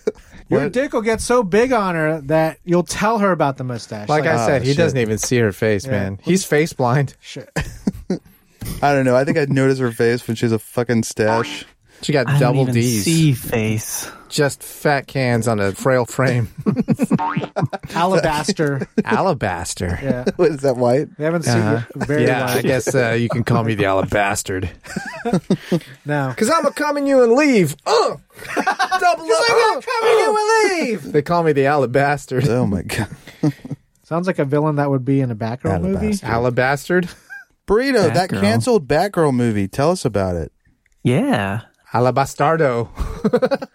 S3: Your dick will get so big on her that you'll tell her about the mustache.
S2: Like I said, he
S1: shit.
S2: doesn't even see her face, man. He's face blind.
S3: shit.
S1: I don't know. I think I noticed her face when she has a fucking stash.
S2: She got
S4: I
S2: double
S4: don't even
S2: D's.
S4: see face.
S2: Just fat cans on a frail frame.
S3: Alabaster.
S2: Alabaster.
S3: yeah.
S1: What is that white?
S3: They haven't seen it very
S2: Uh-huh. Yeah,
S3: wide.
S2: I guess uh, you can call me the Alabastard.
S3: No.
S2: Because I'm a coming you and leave. Ugh! Double up. Ugh! They call me the Alabastard.
S1: Oh my god.
S3: Sounds like a villain that would be in a Batgirl movie.
S1: Alabaster.
S2: Alabastard?
S1: Burrito, that
S4: Batgirl.
S1: canceled Batgirl movie. Tell us about it.
S4: Yeah.
S2: Alabastardo.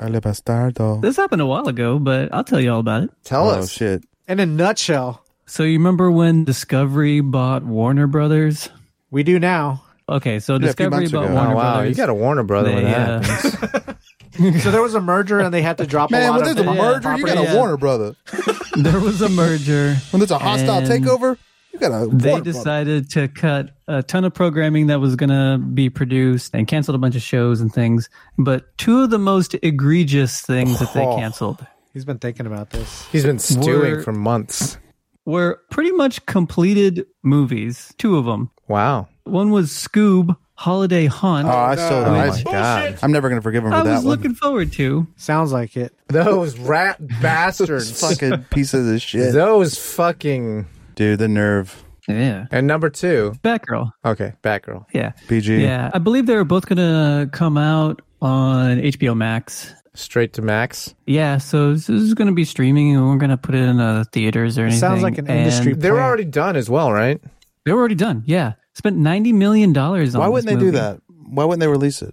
S1: Ale bastardo.
S4: This happened a while ago, but I'll tell you all about it.
S2: Tell
S1: Oh
S2: us.
S1: shit.
S3: In a nutshell,
S4: So you remember when Discovery bought Warner Brothers?
S3: we do now.
S4: Okay, so
S1: few
S4: Discovery
S1: months
S4: bought
S1: ago.
S2: Oh,
S4: Warner
S2: wow.
S4: Brothers.
S2: You got a Warner Brother
S4: They,
S2: with
S4: uh,
S2: that.
S3: So there was a merger and they had to drop a
S1: Man,
S3: lot
S1: when
S3: of
S1: there's a
S4: yeah,
S1: merger, you got
S4: property,
S1: a
S4: yeah.
S1: Warner brother.
S4: there was a merger.
S1: When there's a hostile
S4: And
S1: takeover, you got a
S4: They
S1: Warner brother.
S4: decided to cut a ton of programming that was going to be produced and canceled a bunch of shows and things. But two of the most egregious things that they
S2: Oh.
S4: canceled
S3: He's been thinking about this.
S2: He's been stewing
S4: We're-
S2: for months.
S4: were pretty much completed movies, two of them.
S2: Wow.
S4: One was Scoob Holiday Haunt.
S1: Oh, I still
S2: Oh, my
S1: don't like.
S2: God.
S1: I'm never gonna forgive him for
S4: I
S1: that
S4: was
S1: one.
S4: looking forward to.
S3: Sounds like it.
S2: Those rat bastards.
S1: Fucking pieces of shit.
S2: Those fucking.
S1: Dude, the nerve.
S4: Yeah.
S2: And number two.
S4: Batgirl.
S2: Okay, Batgirl.
S4: Yeah.
S1: PG.
S4: Yeah. I believe they were both going to come out on HBO Max.
S2: Straight to Max.
S4: Yeah, so this is going to be streaming, and we're going to put it in the theaters or anything.
S3: sounds like an
S4: and
S3: industry-
S2: They're
S3: Plan.
S2: already done as well, right?
S4: They were already done. Yeah, spent ninety million dollars on.
S1: Why wouldn't
S4: this
S1: they do
S4: movie.
S1: that? Why wouldn't they release it?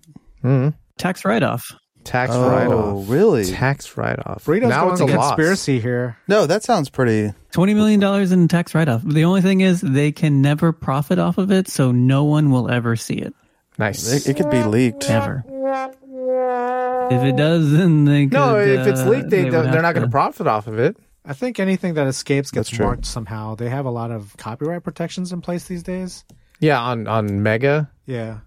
S4: Tax write-off.
S2: Tax
S1: Oh,
S2: write off.
S1: really?
S2: Tax write off.
S3: Burrito's
S2: Now
S3: going
S2: it's a
S3: to
S2: loss.
S3: conspiracy here.
S1: No, that sounds pretty.
S4: Twenty million dollars in tax write-off. The only thing is, they can never profit off of it, so no one will ever see it.
S2: Nice.
S1: It, it could be leaked.
S4: Ever. If it does, then they. Could,
S2: no, if it's
S4: uh,
S2: leaked, they,
S4: would
S2: don't- they're
S4: have
S2: not going to profit off of it.
S3: I think anything that escapes gets
S1: That's true.
S3: marked somehow. They have a lot of copyright protections in place these days.
S2: Yeah, on on Mega.
S3: Yeah.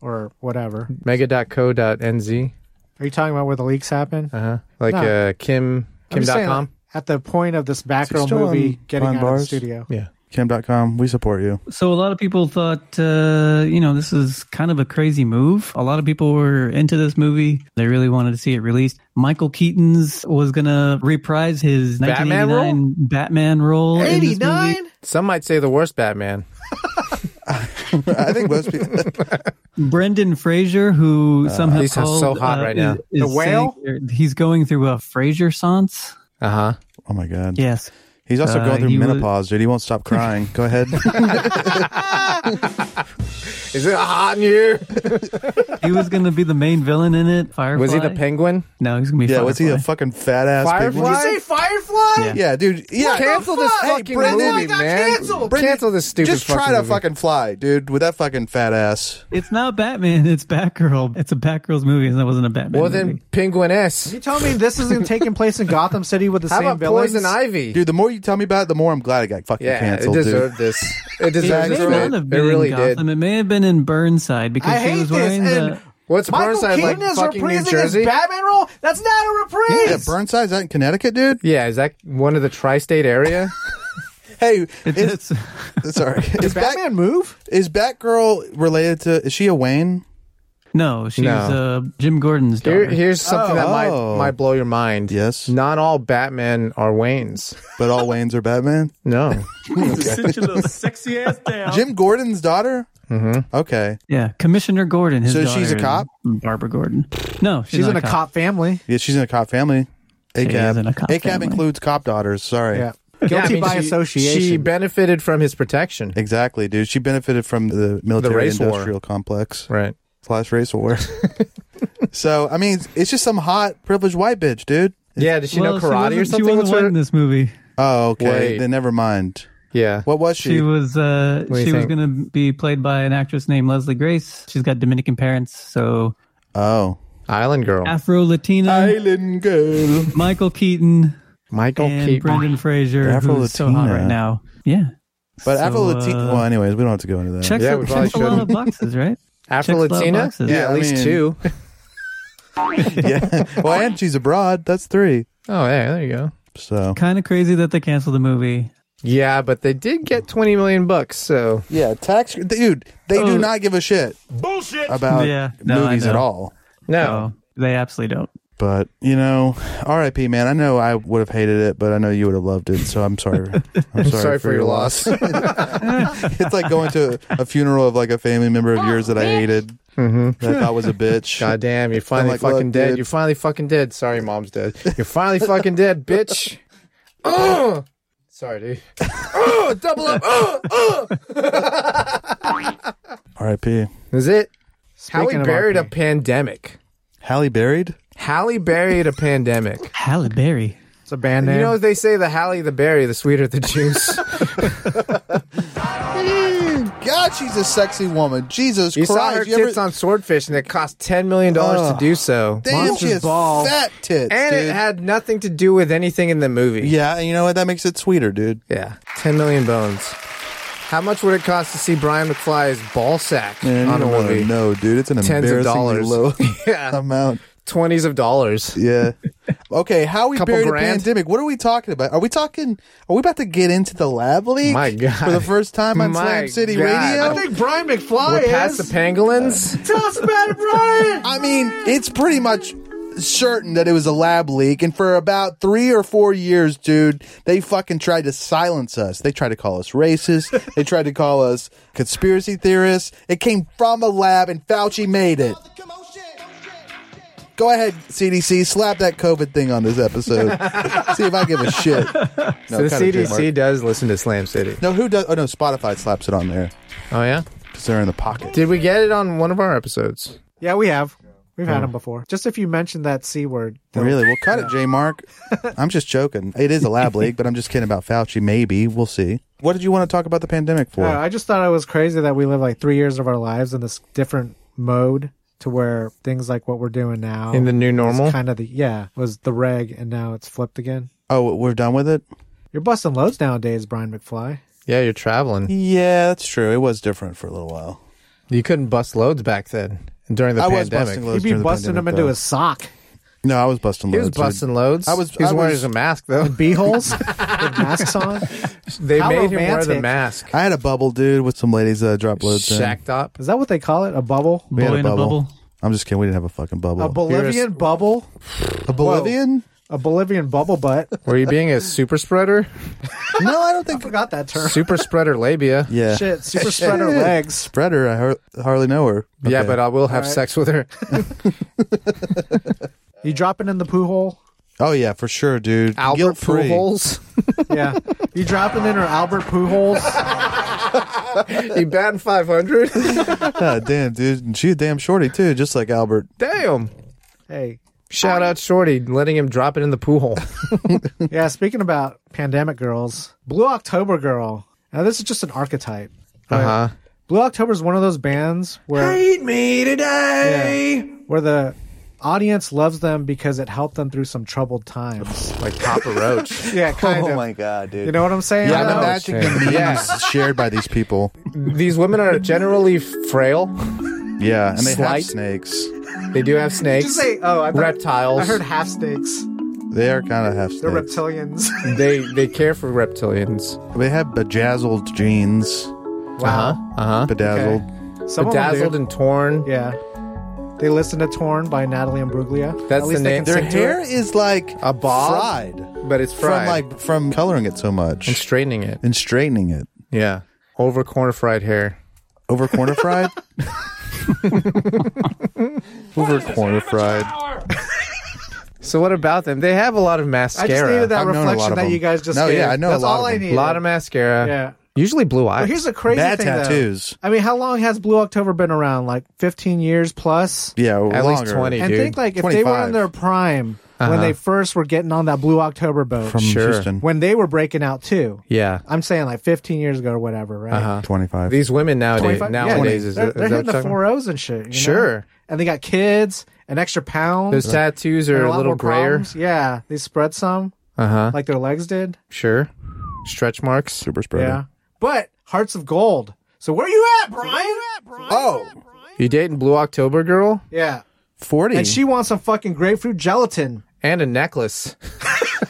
S3: or whatever.
S2: Mega.co.nz.
S3: Are you talking about where the leaks happen?
S2: Uh huh. Like
S3: No.
S2: uh, Kim.
S3: I'm just saying,
S2: Kim.com.
S3: like, at the point of this Batgirl
S1: still
S3: movie
S1: on-
S3: getting
S1: on
S3: out of the
S1: bars?
S3: studio.
S2: Yeah.
S1: Kim.com, we support you.
S4: So a lot of people thought, uh, you know, this is kind of a crazy move. A lot of people were into this movie. They really wanted to see it released. Michael Keaton's was gonna reprise his
S2: Batman
S4: 1989 Batman role. in this movie.
S2: Some might say the worst Batman.
S1: I think most people.
S4: Brendan Fraser, who somehow
S2: these are
S4: called,
S2: Uh, so hot
S4: uh,
S2: right now.
S4: is- is
S3: The whale?
S4: saying- He's going through a Fraser sance.
S2: Uh huh.
S1: Oh my god.
S4: Yes.
S1: He's also
S4: Uh,
S1: going through
S4: he was-
S1: menopause, dude. He won't stop crying. Go ahead.
S2: Is it hot in here?
S4: He was going to be the main villain in it. Firefly.
S2: Was he the penguin?
S4: No, he's going to be.
S1: yeah, was he a
S4: Firefly.
S1: fucking fat ass
S2: Firefly?
S1: pig?
S2: Say
S3: Firefly?
S4: Yeah.
S1: Yeah, dude. Yeah,
S2: Cancel this
S1: Hey,
S2: fucking
S1: Brendan,
S2: movie,
S3: got
S2: man.
S3: canceled.
S1: Brendan,
S2: Cancel this stupid
S1: Just try
S2: fucking
S1: to
S2: movie.
S1: fucking fly, dude, with that fucking fat ass.
S4: It's not Batman. It's Batgirl. It's a Batgirl's movie, and that wasn't a Batman.
S2: Well,
S4: movie.
S2: then, Penguin S.
S3: You tell me this isn't taking place in Gotham City with the
S2: How
S3: same
S2: about
S3: villains?
S2: Poison Ivy?
S1: Dude, the more you tell me about it, the more I'm glad it uh, got fucking
S2: yeah,
S1: canceled,
S2: it
S1: dude.
S2: deserved this. It
S4: It
S2: deserves
S4: may
S2: it.
S1: Exactly.
S4: not
S2: It
S4: have been
S2: really
S4: in
S2: did.
S4: Gotham. It may have been in Burnside because
S3: I
S4: she
S3: hate
S4: was
S3: this,
S4: wearing
S3: and-
S4: the.
S2: What's
S3: Michael
S2: Burnside
S3: Keaton
S2: like?
S3: is
S2: Fucking New
S3: reprising his
S2: Jersey.
S3: Batman role? That's not a reprise.
S1: Yeah, Burnside's out in Connecticut, dude.
S2: Yeah, is that one of the tri-state area?
S1: Hey, is,
S4: It's, it's-
S1: sorry. Is,
S3: Batman
S1: Bat,
S3: move?
S1: is Batgirl related to. Is she a Wayne?
S4: no, she's
S2: No.
S4: uh, Jim Gordon's daughter.
S2: Here, here's something that might
S1: Oh.
S2: might blow your mind.
S1: Yes.
S2: Not all Batman are Waynes.
S1: But all Waynes are Batman?
S2: No.
S4: sexy ass down.
S1: Jim Gordon's daughter? Mm-hmm. Okay.
S4: Yeah, Commissioner Gordon. His
S1: So she's
S4: daughter
S1: a cop?
S4: is Barbara Gordon. No, she's,
S3: She's
S4: not
S3: in a cop family.
S1: Yeah, she's in a cop family.
S4: is in a
S1: ACAB.
S4: cop
S1: ACAB
S4: family.
S1: includes cop daughters. Sorry.
S3: Yeah. Guilty
S2: Yeah, I mean,
S3: by
S2: she- She
S3: association.
S2: benefited from his protection.
S1: Exactly, dude. She benefited from the military
S2: race war.
S1: industrial complex
S2: Right.
S1: slash race war. so, I mean, it's just some hot, privileged white bitch, dude.
S2: Yeah, does she
S4: Well,
S2: know karate
S4: wasn't-
S2: or something?
S4: She
S2: What's
S4: wasn't
S2: her-
S4: white in this movie.
S1: Oh, okay.
S2: Wait.
S1: Then never mind.
S2: Yeah.
S1: What was she?
S4: She was uh,
S2: do you
S4: she was
S2: think?
S4: going to be played by an actress named Leslie Grace. She's got Dominican parents, so
S1: oh.
S2: Island Girl.
S4: Afro Latina.
S1: Island girl.
S4: Michael Keaton
S2: Michael
S4: and
S2: Keaton.
S4: Brendan Fraser,
S1: Afro
S4: who's so hot
S1: Latina.
S4: right now. Yeah,
S1: But
S4: So,
S1: Afro Latina.
S4: uh,
S1: well, anyways, we don't have to go into that.
S4: checks,
S2: Yeah,
S4: a-
S2: we probably
S4: checks a lot of
S2: shouldn't.
S4: boxes, right?
S2: Afro
S4: Checks a lot of
S2: Latina?
S4: boxes.
S2: Yeah,
S1: Yeah,
S2: at
S1: I
S2: least
S1: mean-
S2: two.
S1: yeah. Well, and she's abroad. That's three.
S2: Oh, yeah, there you go.
S1: So
S4: Kind of crazy that they canceled the movie.
S2: Yeah, but they did get 20 million bucks, so
S1: yeah, tax dude. They
S4: Oh.
S1: do not give a shit about
S4: Yeah, no, I
S1: movies at
S4: know.
S1: all.
S2: no.
S4: So Oh, they absolutely don't.
S1: But you know, R.I.P. Man. I know I would have hated it, but I know you would have loved it. So I'm sorry. I'm sorry,
S2: Sorry for your loss.
S1: it's like going to a funeral of like a family member of yours that I hated, that I thought was a bitch.
S2: God damn, you're finally
S1: like,
S2: fucking
S1: look,
S2: dead.
S1: dude.
S2: You're finally fucking dead. Sorry, mom's dead. You're finally fucking dead, bitch. Ugh. Sorry, dude. Ugh, double up. Ugh, ugh.
S1: R.I.P.
S2: Is it? How
S3: Speaking
S2: we
S3: of
S2: buried a
S3: RP.
S2: pandemic.
S1: Halle buried.
S2: Halle buried a pandemic.
S4: Halle Berry.
S3: It's a band name.
S2: You know they say the Halle the berry, the sweeter the juice.
S1: God, she's a sexy woman. Jesus
S2: you
S1: Christ!
S2: saw her
S1: you
S2: tits on Swordfish, and it cost ten million dollars
S1: Ugh.
S2: to do so.
S1: Damn, she
S3: Monster's
S1: has
S3: ball.
S1: fat tits.
S2: and
S1: dude.
S2: it had nothing to do with anything in the movie.
S1: Yeah, and you know what? That makes it sweeter, dude.
S2: Yeah, ten million bones. How much would it cost to see Brian McFly's ball sack on a movie?
S1: No, dude, it's an
S2: Tens of
S1: embarrassingly
S2: dollars.
S1: low
S2: yeah,
S1: amount.
S2: twenties of dollars.
S1: Yeah. Okay, how we
S2: Couple
S1: buried a
S2: grand.
S1: pandemic. What are we talking about? Are we talking? Are we about to get into the lab leak?
S2: My God.
S1: For the first time on
S2: My
S1: Slam City
S2: God.
S1: Radio.
S3: I think Brian McFly
S2: We're
S3: is.
S2: past the pangolins.
S3: Tell us about it, Brian.
S1: I mean, it's pretty much certain that it was a lab leak, and for about three or four years, dude, they fucking tried to silence us. They tried to call us racist. they tried to call us conspiracy theorists. It came from a lab, and Fauci made it. Go ahead, CDC, slap that COVID thing on this episode. See if I give a shit. No,
S2: the
S1: kinda trademark.
S2: CDC does listen to Slam City.
S1: No, who does? Oh no, Spotify slaps it on there
S2: Oh yeah.
S1: because they're in the pocket.
S2: Did we get it on one of our episodes?
S3: Yeah, we have. We've had him before. Just if you mentioned that C word. they'll-
S1: Really? Well, cut it, J Mark. I'm just joking. It is a lab leak, but I'm just kidding about Fauci. Maybe we'll see. What did you want to talk about the pandemic for?
S3: Uh, I just thought it was crazy that we live like three years of our lives in this different mode to where things like what we're doing now
S2: In the new normal?
S3: kind of the yeah was the reg and now it's flipped again.
S1: oh, we're done with it.
S3: You're busting loads nowadays, Brian McFly.
S2: Yeah, you're traveling.
S1: Yeah, that's true. It was different for a little while.
S2: You couldn't bust loads back then during the
S1: I was
S2: pandemic.
S1: busting loads.
S3: He'd be
S1: during the
S3: busting
S1: pandemic,
S3: them into
S1: though.
S3: his sock.
S1: No, I was busting
S2: He
S1: loads.
S2: was
S1: dude.
S2: busting loads.
S1: I was-
S2: He was
S1: I
S2: wearing
S1: was-
S2: a mask though.
S3: Beeholes with masks on.
S2: They
S3: How
S2: made him wear the
S3: romantic.
S2: mask.
S1: I had a bubble, dude, with some ladies that I dropped loads in.
S2: Shacked up.
S3: Is that what they call it? A bubble?
S1: We had
S4: Boy in a bubble.
S1: I'm just kidding. We didn't have a fucking bubble.
S3: A Bolivian bubble?
S1: A Bolivian?
S3: A Bolivian bubble butt?
S2: Were you being a super spreader?
S1: no, I don't think.
S3: Forgot that term.
S2: Super spreader labia.
S1: Yeah.
S3: Shit, super spreader
S1: Shit.
S3: legs.
S1: Spreader. I har- hardly know her.
S2: Yeah,
S1: Okay.
S2: but I will have sex with her.
S3: You dropping in the poo hole?
S1: oh yeah, for sure, dude.
S2: Albert
S1: Guilt-free.
S2: Pujols.
S3: Yeah. You dropping in her Albert poo holes?
S2: he batting 500.
S1: Ah, damn, dude. And she's a damn shorty too, just like Albert.
S2: Damn.
S3: Hey.
S2: Shout out Shorty, letting him drop it in the pool hole.
S3: Yeah, speaking about pandemic girls, Blue October Girl. Now, this is just an archetype.
S4: Uh-huh.
S2: Uh huh.
S3: Blue October is one of those bands where. Hate me today! where the audience loves them because it helped them through some troubled times.
S2: Like Papa Roach.
S3: yeah, kind of.
S1: Oh god, dude.
S3: You know what I'm saying?
S1: yeah, I'm
S3: though?
S1: imagining the memes
S2: Yeah.
S1: shared by these people.
S2: These women are generally frail.
S1: Yeah, and they
S2: Slight.
S1: have snakes.
S2: They do have snakes.
S3: Just say, oh, I thought-
S2: reptiles.
S3: I heard half snakes.
S1: They are kind of half snakes.
S3: They're reptilians.
S2: they they care for reptilians.
S1: They have bedazzled jeans.
S2: Uh huh. Uh huh.
S1: Uh-huh. Bedazzled.
S3: Some of them
S2: Bedazzled
S3: do.
S2: and torn.
S3: yeah. They listen to "Torn" by Natalie Imbruglia.
S2: That's
S3: At least
S2: the
S3: they
S2: name.
S3: can
S1: Their
S3: sing to
S1: hair
S3: it.
S1: is like
S2: A bob?
S1: fried
S2: But it's
S1: from
S2: fried.
S1: like from coloring it so much
S2: and straightening it.
S1: and straightening it
S2: Yeah. Over corner fried hair.
S1: over corner fried. over corner fried.
S2: So what about them? They have a lot of
S3: I just
S2: mascara.
S3: needed that
S1: I've known a lot
S3: reflection
S1: of
S3: that
S1: them.
S3: you guys just
S1: No,
S3: gave.
S1: yeah, I know a
S3: That's
S1: lot
S3: all
S1: of
S3: I
S1: them.
S3: needed.
S2: a lot of mascara.
S3: yeah.
S2: Usually blue
S3: But
S2: eyes.
S3: here's the crazy
S1: Bad
S3: thing, though.
S1: tattoos.
S3: I mean, how long has Blue October been around? Like 15 years plus.
S1: Yeah, or
S2: At least
S1: longer.
S2: 20.
S3: And
S2: dude. Uh-huh.
S3: think like if they were
S1: 25.
S3: in their prime when they first were getting on that Blue October boat,
S1: from
S2: Sure.
S1: Houston.
S3: when they were breaking out too.
S2: yeah.
S3: I'm saying like 15 years ago or whatever, right? Uh-huh.
S1: 25.
S2: These women nowadays
S3: 25 yeah,
S2: nowadays is,
S3: they're, they're
S2: is that what
S3: hitting
S2: you're
S3: the
S2: talking about?
S3: four O's and shit. you know?
S2: Sure.
S3: and they got kids and extra pounds.
S2: Those tattoos
S3: and
S2: are a,
S3: lot
S2: little
S3: more
S2: grayer.
S3: problems. Yeah, they spread some
S2: Uh huh.
S3: like their legs did.
S2: Sure. Stretch marks.
S1: super spreader.
S3: Yeah, but hearts of gold. So where you at, Brian?
S1: Oh,
S2: You dating Blue October girl
S3: Yeah,
S1: 40.
S3: and she wants some fucking grapefruit gelatin.
S2: and a necklace.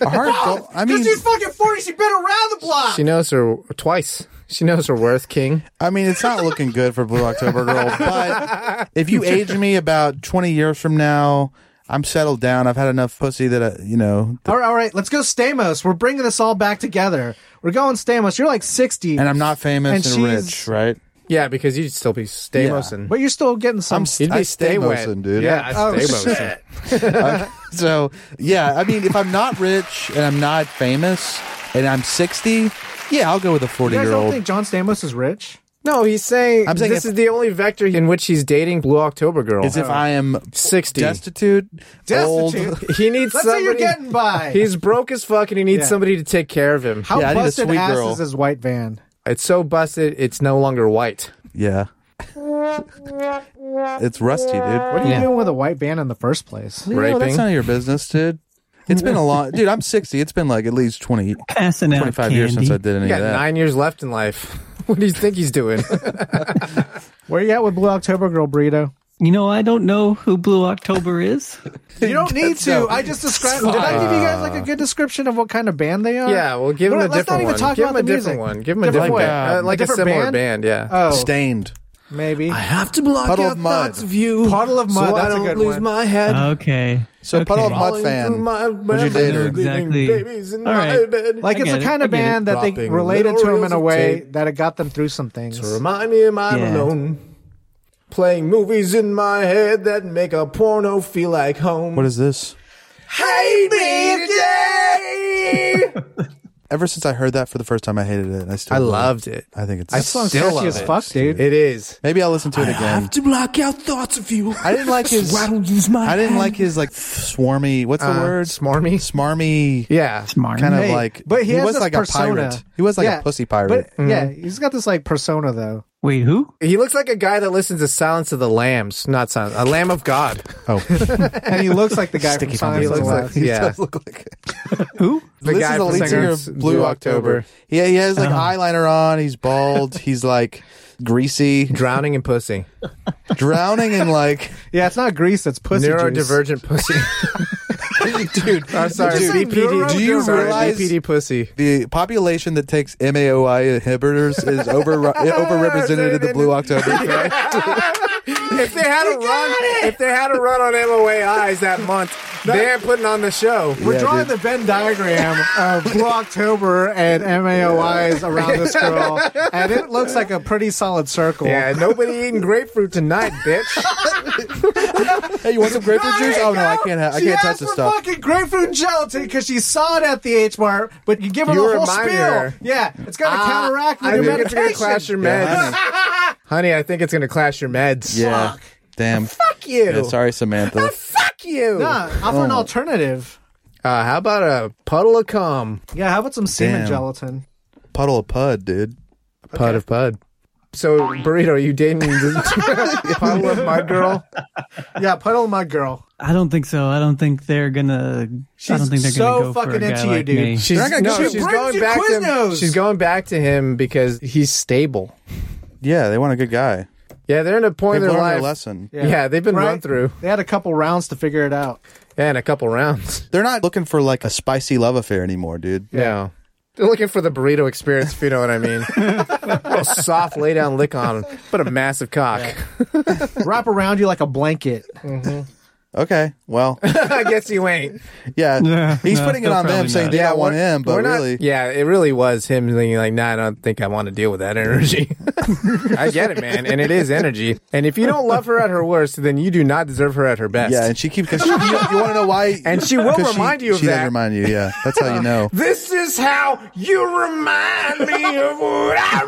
S1: A hard gold. I mean,
S3: fucking 40. She's been around the block.
S2: She knows her twice. She knows her worth, King.
S1: I mean, it's not looking good for Blue October Girl. But if you age me about 20 years from now, I'm settled down. I've had enough pussy that I, you know,
S3: all right, all right, let's go Stamos. We're bringing this all back together. We're going Stamos. You're like 60,
S1: and I'm not famous
S3: And
S1: and,
S3: she's-
S1: rich, right?
S2: Yeah, because you'd still be Stamos
S1: Yeah.
S2: and
S3: but you're still getting some.
S1: I'm
S2: you'd be
S1: I stay
S2: Stamos
S1: Mosin, dude.
S2: Yeah, I'd
S3: Oh,
S2: Stamos.
S3: shit.
S1: So yeah, I mean, if I'm not rich and I'm not famous and I'm 60, yeah, I'll go with a 40
S3: you guys
S1: year
S3: don't
S1: old.
S3: think John Stamos is rich?
S2: No, he's saying,
S1: I'm saying
S2: this
S1: if-
S2: is the only vector in which he's dating Blue October girl. Uh,
S1: As if I am
S2: 60.
S1: destitute, old.
S3: Destitute.
S2: he needs
S3: Let's say
S2: somebody.
S3: you're getting by.
S2: He's broke as fuck, and he needs
S3: Yeah.
S2: somebody to take care of him.
S3: How
S1: Yeah, I need a
S3: busted
S1: sweet
S3: ass
S1: girl.
S3: is his white van?
S2: It's so busted, it's no longer white.
S1: Yeah. it's rusty, dude.
S3: What are you doing with a white van in the first place?
S1: You know, that's
S2: Raping?
S1: none of your business, dude. It's been a long, dude. I'm 60. It's been like at least 20,
S4: Passing out
S1: 25
S4: candy.
S1: years since I did any
S2: He
S1: of
S2: got
S1: that.
S2: nine years left in life. What do you think he's doing?
S3: Where you at with Blue October Girl Burrito?
S4: You know, I don't know who Blue October is.
S3: You don't need to. I just described. Did I give you guys like a good description of what kind of band they are?
S2: yeah, well, give him
S3: We're-
S2: a
S3: let's not
S2: different
S3: even
S2: one.
S3: talk
S2: give
S3: about
S2: him a
S3: the music.
S2: different one. Give him a
S3: Different
S2: different,
S1: one.
S2: band. Uh, like a
S3: Different
S2: similar
S3: band?
S2: band, yeah.
S3: Oh,
S1: Stained.
S3: maybe.
S2: have to block
S1: Puddle of out Mud. thoughts
S2: of you.
S3: Puddle of Mud, so I that's a don't good lose one.
S2: my head.
S4: Okay.
S1: So
S4: okay.
S1: Puddle of Mud fan. Uh, What'd you date her?
S4: Exactly. babies in All my right. bed.
S3: Like
S4: I
S3: it's
S4: get
S3: the
S4: it,
S3: kind
S4: I
S3: of
S4: get it.
S3: band that they
S2: Dropping
S3: related
S2: little
S3: to him
S2: reels
S3: in a
S2: of
S3: way
S2: tape.
S3: that it got them through some things.
S2: Remind me, am I
S4: Yeah.
S2: alone? Playing movies in my head that make a porno feel like home.
S1: What is this?
S2: Hate me today.
S1: Ever since I heard that for the first time, I hated it. and I still.
S2: I
S1: love it.
S2: loved it.
S1: I think it's.
S2: I still
S3: catchy
S2: love
S3: as
S2: it.
S3: fuck, dude.
S2: It is.
S1: Maybe I'll listen to it again.
S2: to block out thoughts of you.
S1: I didn't like his.
S2: I don't use my Uh,
S1: I didn't like his like swarmy. What's the word?
S2: smarmy?
S1: Smarmy.
S2: Yeah.
S4: Smart.
S1: Kind of
S3: Hey,
S1: like.
S3: but he, has
S1: was
S3: this
S1: like
S3: persona.
S1: a pirate. He was like
S3: Yeah,
S1: a pussy pirate. Mm-hmm.
S3: But yeah, he's got this like persona though.
S4: Wait, who?
S2: He looks like a guy that listens to Silence of the Lambs, not Silence, a Lamb of God.
S1: Oh,
S3: and he looks like the guy from Silence
S2: He
S3: of the
S2: looks like-
S3: Lambs.
S1: he
S2: Yeah.
S1: does look like
S4: Who?
S2: The
S1: this
S2: guy
S1: is the
S2: from
S1: lead singer
S2: Blue
S1: of Blue
S2: October. Uh-huh.
S1: October. Yeah, he has like eyeliner on. He's bald. He's like greasy,
S2: Drowning in pussy.
S1: drowning in like.
S3: Yeah, it's not grease. It's pussy juice.
S2: Neurodivergent pussy.
S1: Dude,
S2: I'm sorry,
S1: Dude,
S2: BPD.
S1: do you
S2: sorry,
S1: realize-
S2: BPD pussy?
S1: the population that takes MAOI inhibitors is over overrepresented in the Blue October.
S2: If they had a run, if they had a run on MOAIs that month, they're putting on the show.
S3: We're
S1: Yeah,
S3: drawing
S1: dude.
S3: the Venn diagram of Blue October and MAOIs around this girl, and it looks like a pretty solid circle.
S2: Yeah, nobody eating grapefruit tonight, bitch.
S1: Hey, you want some grapefruit juice? Oh no, I can't. Ha- I
S3: she
S1: can't touch
S3: asked
S1: this
S3: for
S1: stuff.
S3: fucking grapefruit gelatin because she saw it at the H bar, but you give her
S2: You
S3: the whole
S2: remind
S3: spiel.
S2: her.
S3: Yeah, it's gonna
S2: Ah,
S3: counteract with
S2: I
S3: your
S2: think it's gonna
S3: medication.
S2: clash your meds.
S1: Yeah,
S2: Honey, I think it's gonna clash your meds.
S1: Yeah. Damn.
S2: Fuck you.
S1: Yeah, sorry,
S3: Ah,
S1: Samantha.
S2: Fuck you.
S3: Nah, offer
S2: Oh.
S3: an alternative.
S2: Uh, how about a puddle of cum?
S3: Yeah, how about some semen
S1: Damn.
S3: gelatin?
S1: Puddle of pud, dude.
S2: Pud of pud. So burrito, are you dating the puddle of mud girl?
S3: Yeah, puddle my girl.
S4: I don't think so. I don't think they're gonna. I
S3: She's
S4: don't think they're
S3: so
S4: gonna go for a
S3: fucking
S4: guy
S3: into you,
S4: like
S3: dude.
S4: me.
S2: She's,
S1: not gonna
S2: no,
S1: give you-
S2: she's
S3: Brings
S2: going
S3: you
S2: back to him.
S3: Quiznos.
S2: She's going back to him because he's stable.
S1: Yeah, they want a good guy.
S2: Yeah, they're in a point
S1: They've
S2: in
S1: learned
S2: their
S1: their
S2: life.
S1: lesson.
S2: Yeah. they've been run
S3: Right?
S2: through
S3: They had a couple rounds to figure it out.
S2: yeah, in a couple rounds.
S1: They're not looking for like a spicy love affair anymore, dude.
S2: No. They're looking for the burrito experience, if you know what I mean. a little soft lay down lick on him, but a massive cock.
S3: Wrap around you like a blanket.
S1: Okay, well,
S2: I guess you ain't.
S1: yeah,
S4: Yeah,
S1: he's
S4: no,
S1: putting it
S4: they'll
S1: on them,
S4: probably
S1: saying
S4: not.
S1: they don't want
S2: we're-
S1: him, but
S2: we're not-
S1: really,
S2: yeah, it really was him thinking like, nah, I don't think I want to deal with that energy. I get it, man, and it is energy. And if you don't love her at her worst, then you do not deserve her at her best.
S1: yeah, and she keeps. Cause she, you, want to know why?
S2: And she will
S1: 'cause
S2: remind you of
S1: she does
S2: that.
S1: remind you, yeah. That's how you know.
S2: This is how you remind me of what I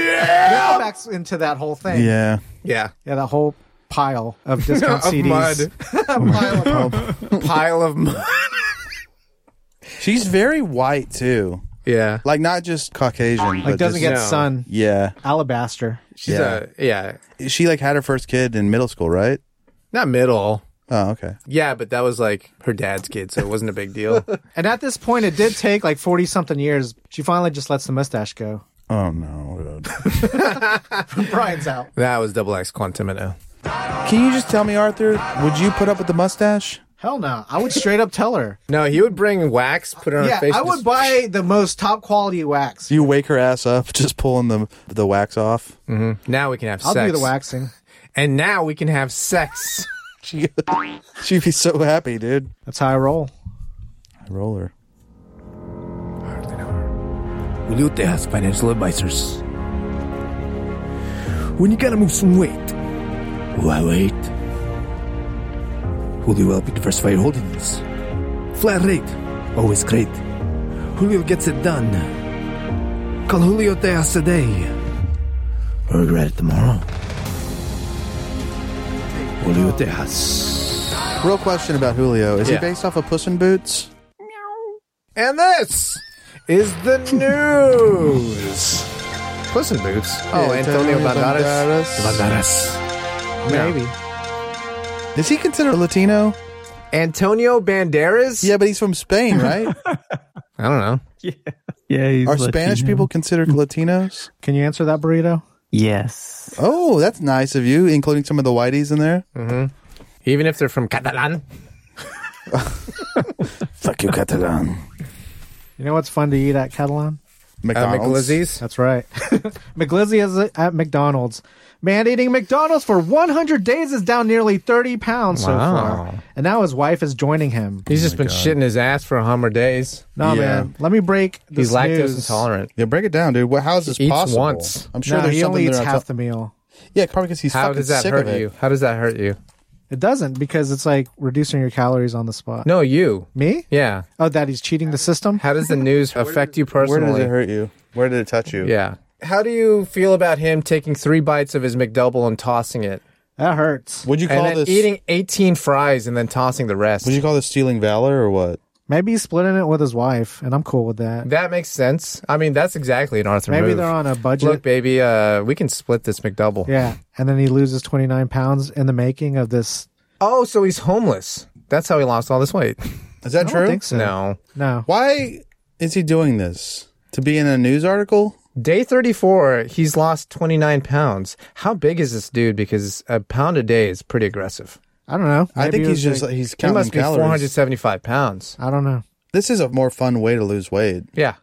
S2: am.
S3: Now back into that whole thing.
S1: Yeah,
S2: Yeah.
S3: Yeah, that whole pile of discount
S2: Of
S3: CDs.
S2: mud. Pile of mud.
S1: she's very white too,
S2: Yeah.
S1: like not just Caucasian.
S3: Like
S1: but just-
S3: doesn't get
S2: No.
S3: sun.
S1: Yeah,
S3: Alabaster.
S2: She's
S1: Yeah.
S2: a yeah.
S1: she like had her first kid in middle school, right?
S2: Not middle.
S1: Oh, okay.
S2: Yeah, but that was like her dad's kid, so it wasn't a big deal.
S3: And at this point, it did take like 40 something years. She finally just lets the mustache go.
S1: Oh no.
S3: Brian's out.
S2: that was double X Quantimino.
S1: Can you just tell me, Arthur? Would you put up with the mustache?
S3: Hell no. I would straight up tell her.
S2: No, he would bring wax, put it on her
S3: Yeah,
S2: face.
S3: I
S2: and
S3: would
S2: just-
S3: buy the most top quality wax.
S1: Do you wake her ass up just pulling the the wax off?
S2: Now we can have
S3: I'll
S2: sex.
S3: do the waxing.
S2: And now we can have sex.
S1: She she'd be so happy, dude.
S3: That's how I roll.
S1: I roll her.
S7: Wilute has financial advisors. When you gotta move some weight, why wait? Who will help you diversify your holdings? Flat rate, always great. Julio gets it done. Call Julio Tejas today. Or regret it tomorrow. Julio Tejas.
S1: Real question about Julio: Is
S2: Yeah.
S1: he based off of Puss in Boots?
S2: And this is the news. Puss in Boots. Oh, Antonio Banderas.
S7: Banderas.
S3: Maybe.
S1: Is he considered Latino?
S2: Antonio Banderas?
S1: Yeah, but he's from Spain, right?
S2: I don't know.
S4: Yeah, he's
S1: Are
S4: Latino.
S1: Spanish people considered Latinos?
S3: Can you answer that burrito?
S4: Yes.
S1: Oh, that's nice of you, including some of the whiteys in there.
S2: Even if they're from Catalan.
S7: Fuck you, Catalan.
S3: You know what's fun to eat at Catalan?
S2: Uh,
S1: McDonald's.
S2: McLizzies.
S3: That's right. McGlizzy is at McDonald's. Man eating McDonald's for 100 days is down nearly 30 pounds so
S2: Wow.
S3: far. And now his wife is joining him.
S2: He's just been shitting his ass for a hundred days.
S3: No,
S1: Yeah.
S3: man. Let me break this
S2: He's lactose
S3: news.
S2: intolerant.
S1: yeah, break it down, dude. What, how is this
S2: He eats
S1: possible?
S2: once.
S1: I'm sure
S3: no,
S1: there's
S3: he
S1: something
S3: only eats
S1: there on
S3: half
S1: top-
S3: the meal.
S1: Yeah, probably because he's
S2: How
S1: fucking
S2: does that
S1: sick
S2: hurt
S1: of it.
S2: you? How does that hurt you?
S3: It doesn't because it's like reducing your calories on the spot.
S2: No, you.
S3: Me?
S2: Yeah.
S3: Oh, that he's cheating the system?
S2: How does the news affect you
S1: Where
S2: personally?
S1: did it hurt you? Where did it touch you?
S2: Yeah. How do you feel about him taking three bites of his McDouble and tossing it,
S3: That hurts.
S1: Would you
S2: and
S1: call
S2: then
S1: this
S2: eating eighteen fries and then tossing the rest?
S1: Would you call this stealing valor or what?
S3: Maybe he's splitting it with his wife, and I'm cool with that.
S2: That makes sense. I mean, that's exactly an Arthur
S3: Maybe
S2: move.
S3: they're on a budget.
S2: Look, baby, uh, we can split this McDouble.
S3: yeah, and then he loses 29 pounds in the making of this.
S2: Oh, so he's homeless. That's how he lost all this weight.
S1: Is that
S3: I
S1: true?
S3: don't think so.
S2: No.
S3: no.
S1: Why is he doing this? To be in a news article?
S2: Day 34, he's lost 29 pounds. How big is this dude? Because a pound a day is pretty aggressive.
S3: I don't know.
S1: I
S3: Maybe
S1: think he's
S3: it was
S1: just
S3: like-
S1: he's
S2: He
S1: counting
S2: must be
S1: calories.
S2: 475 pounds.
S3: I don't know.
S1: This is a more fun way to lose weight.
S2: Yeah.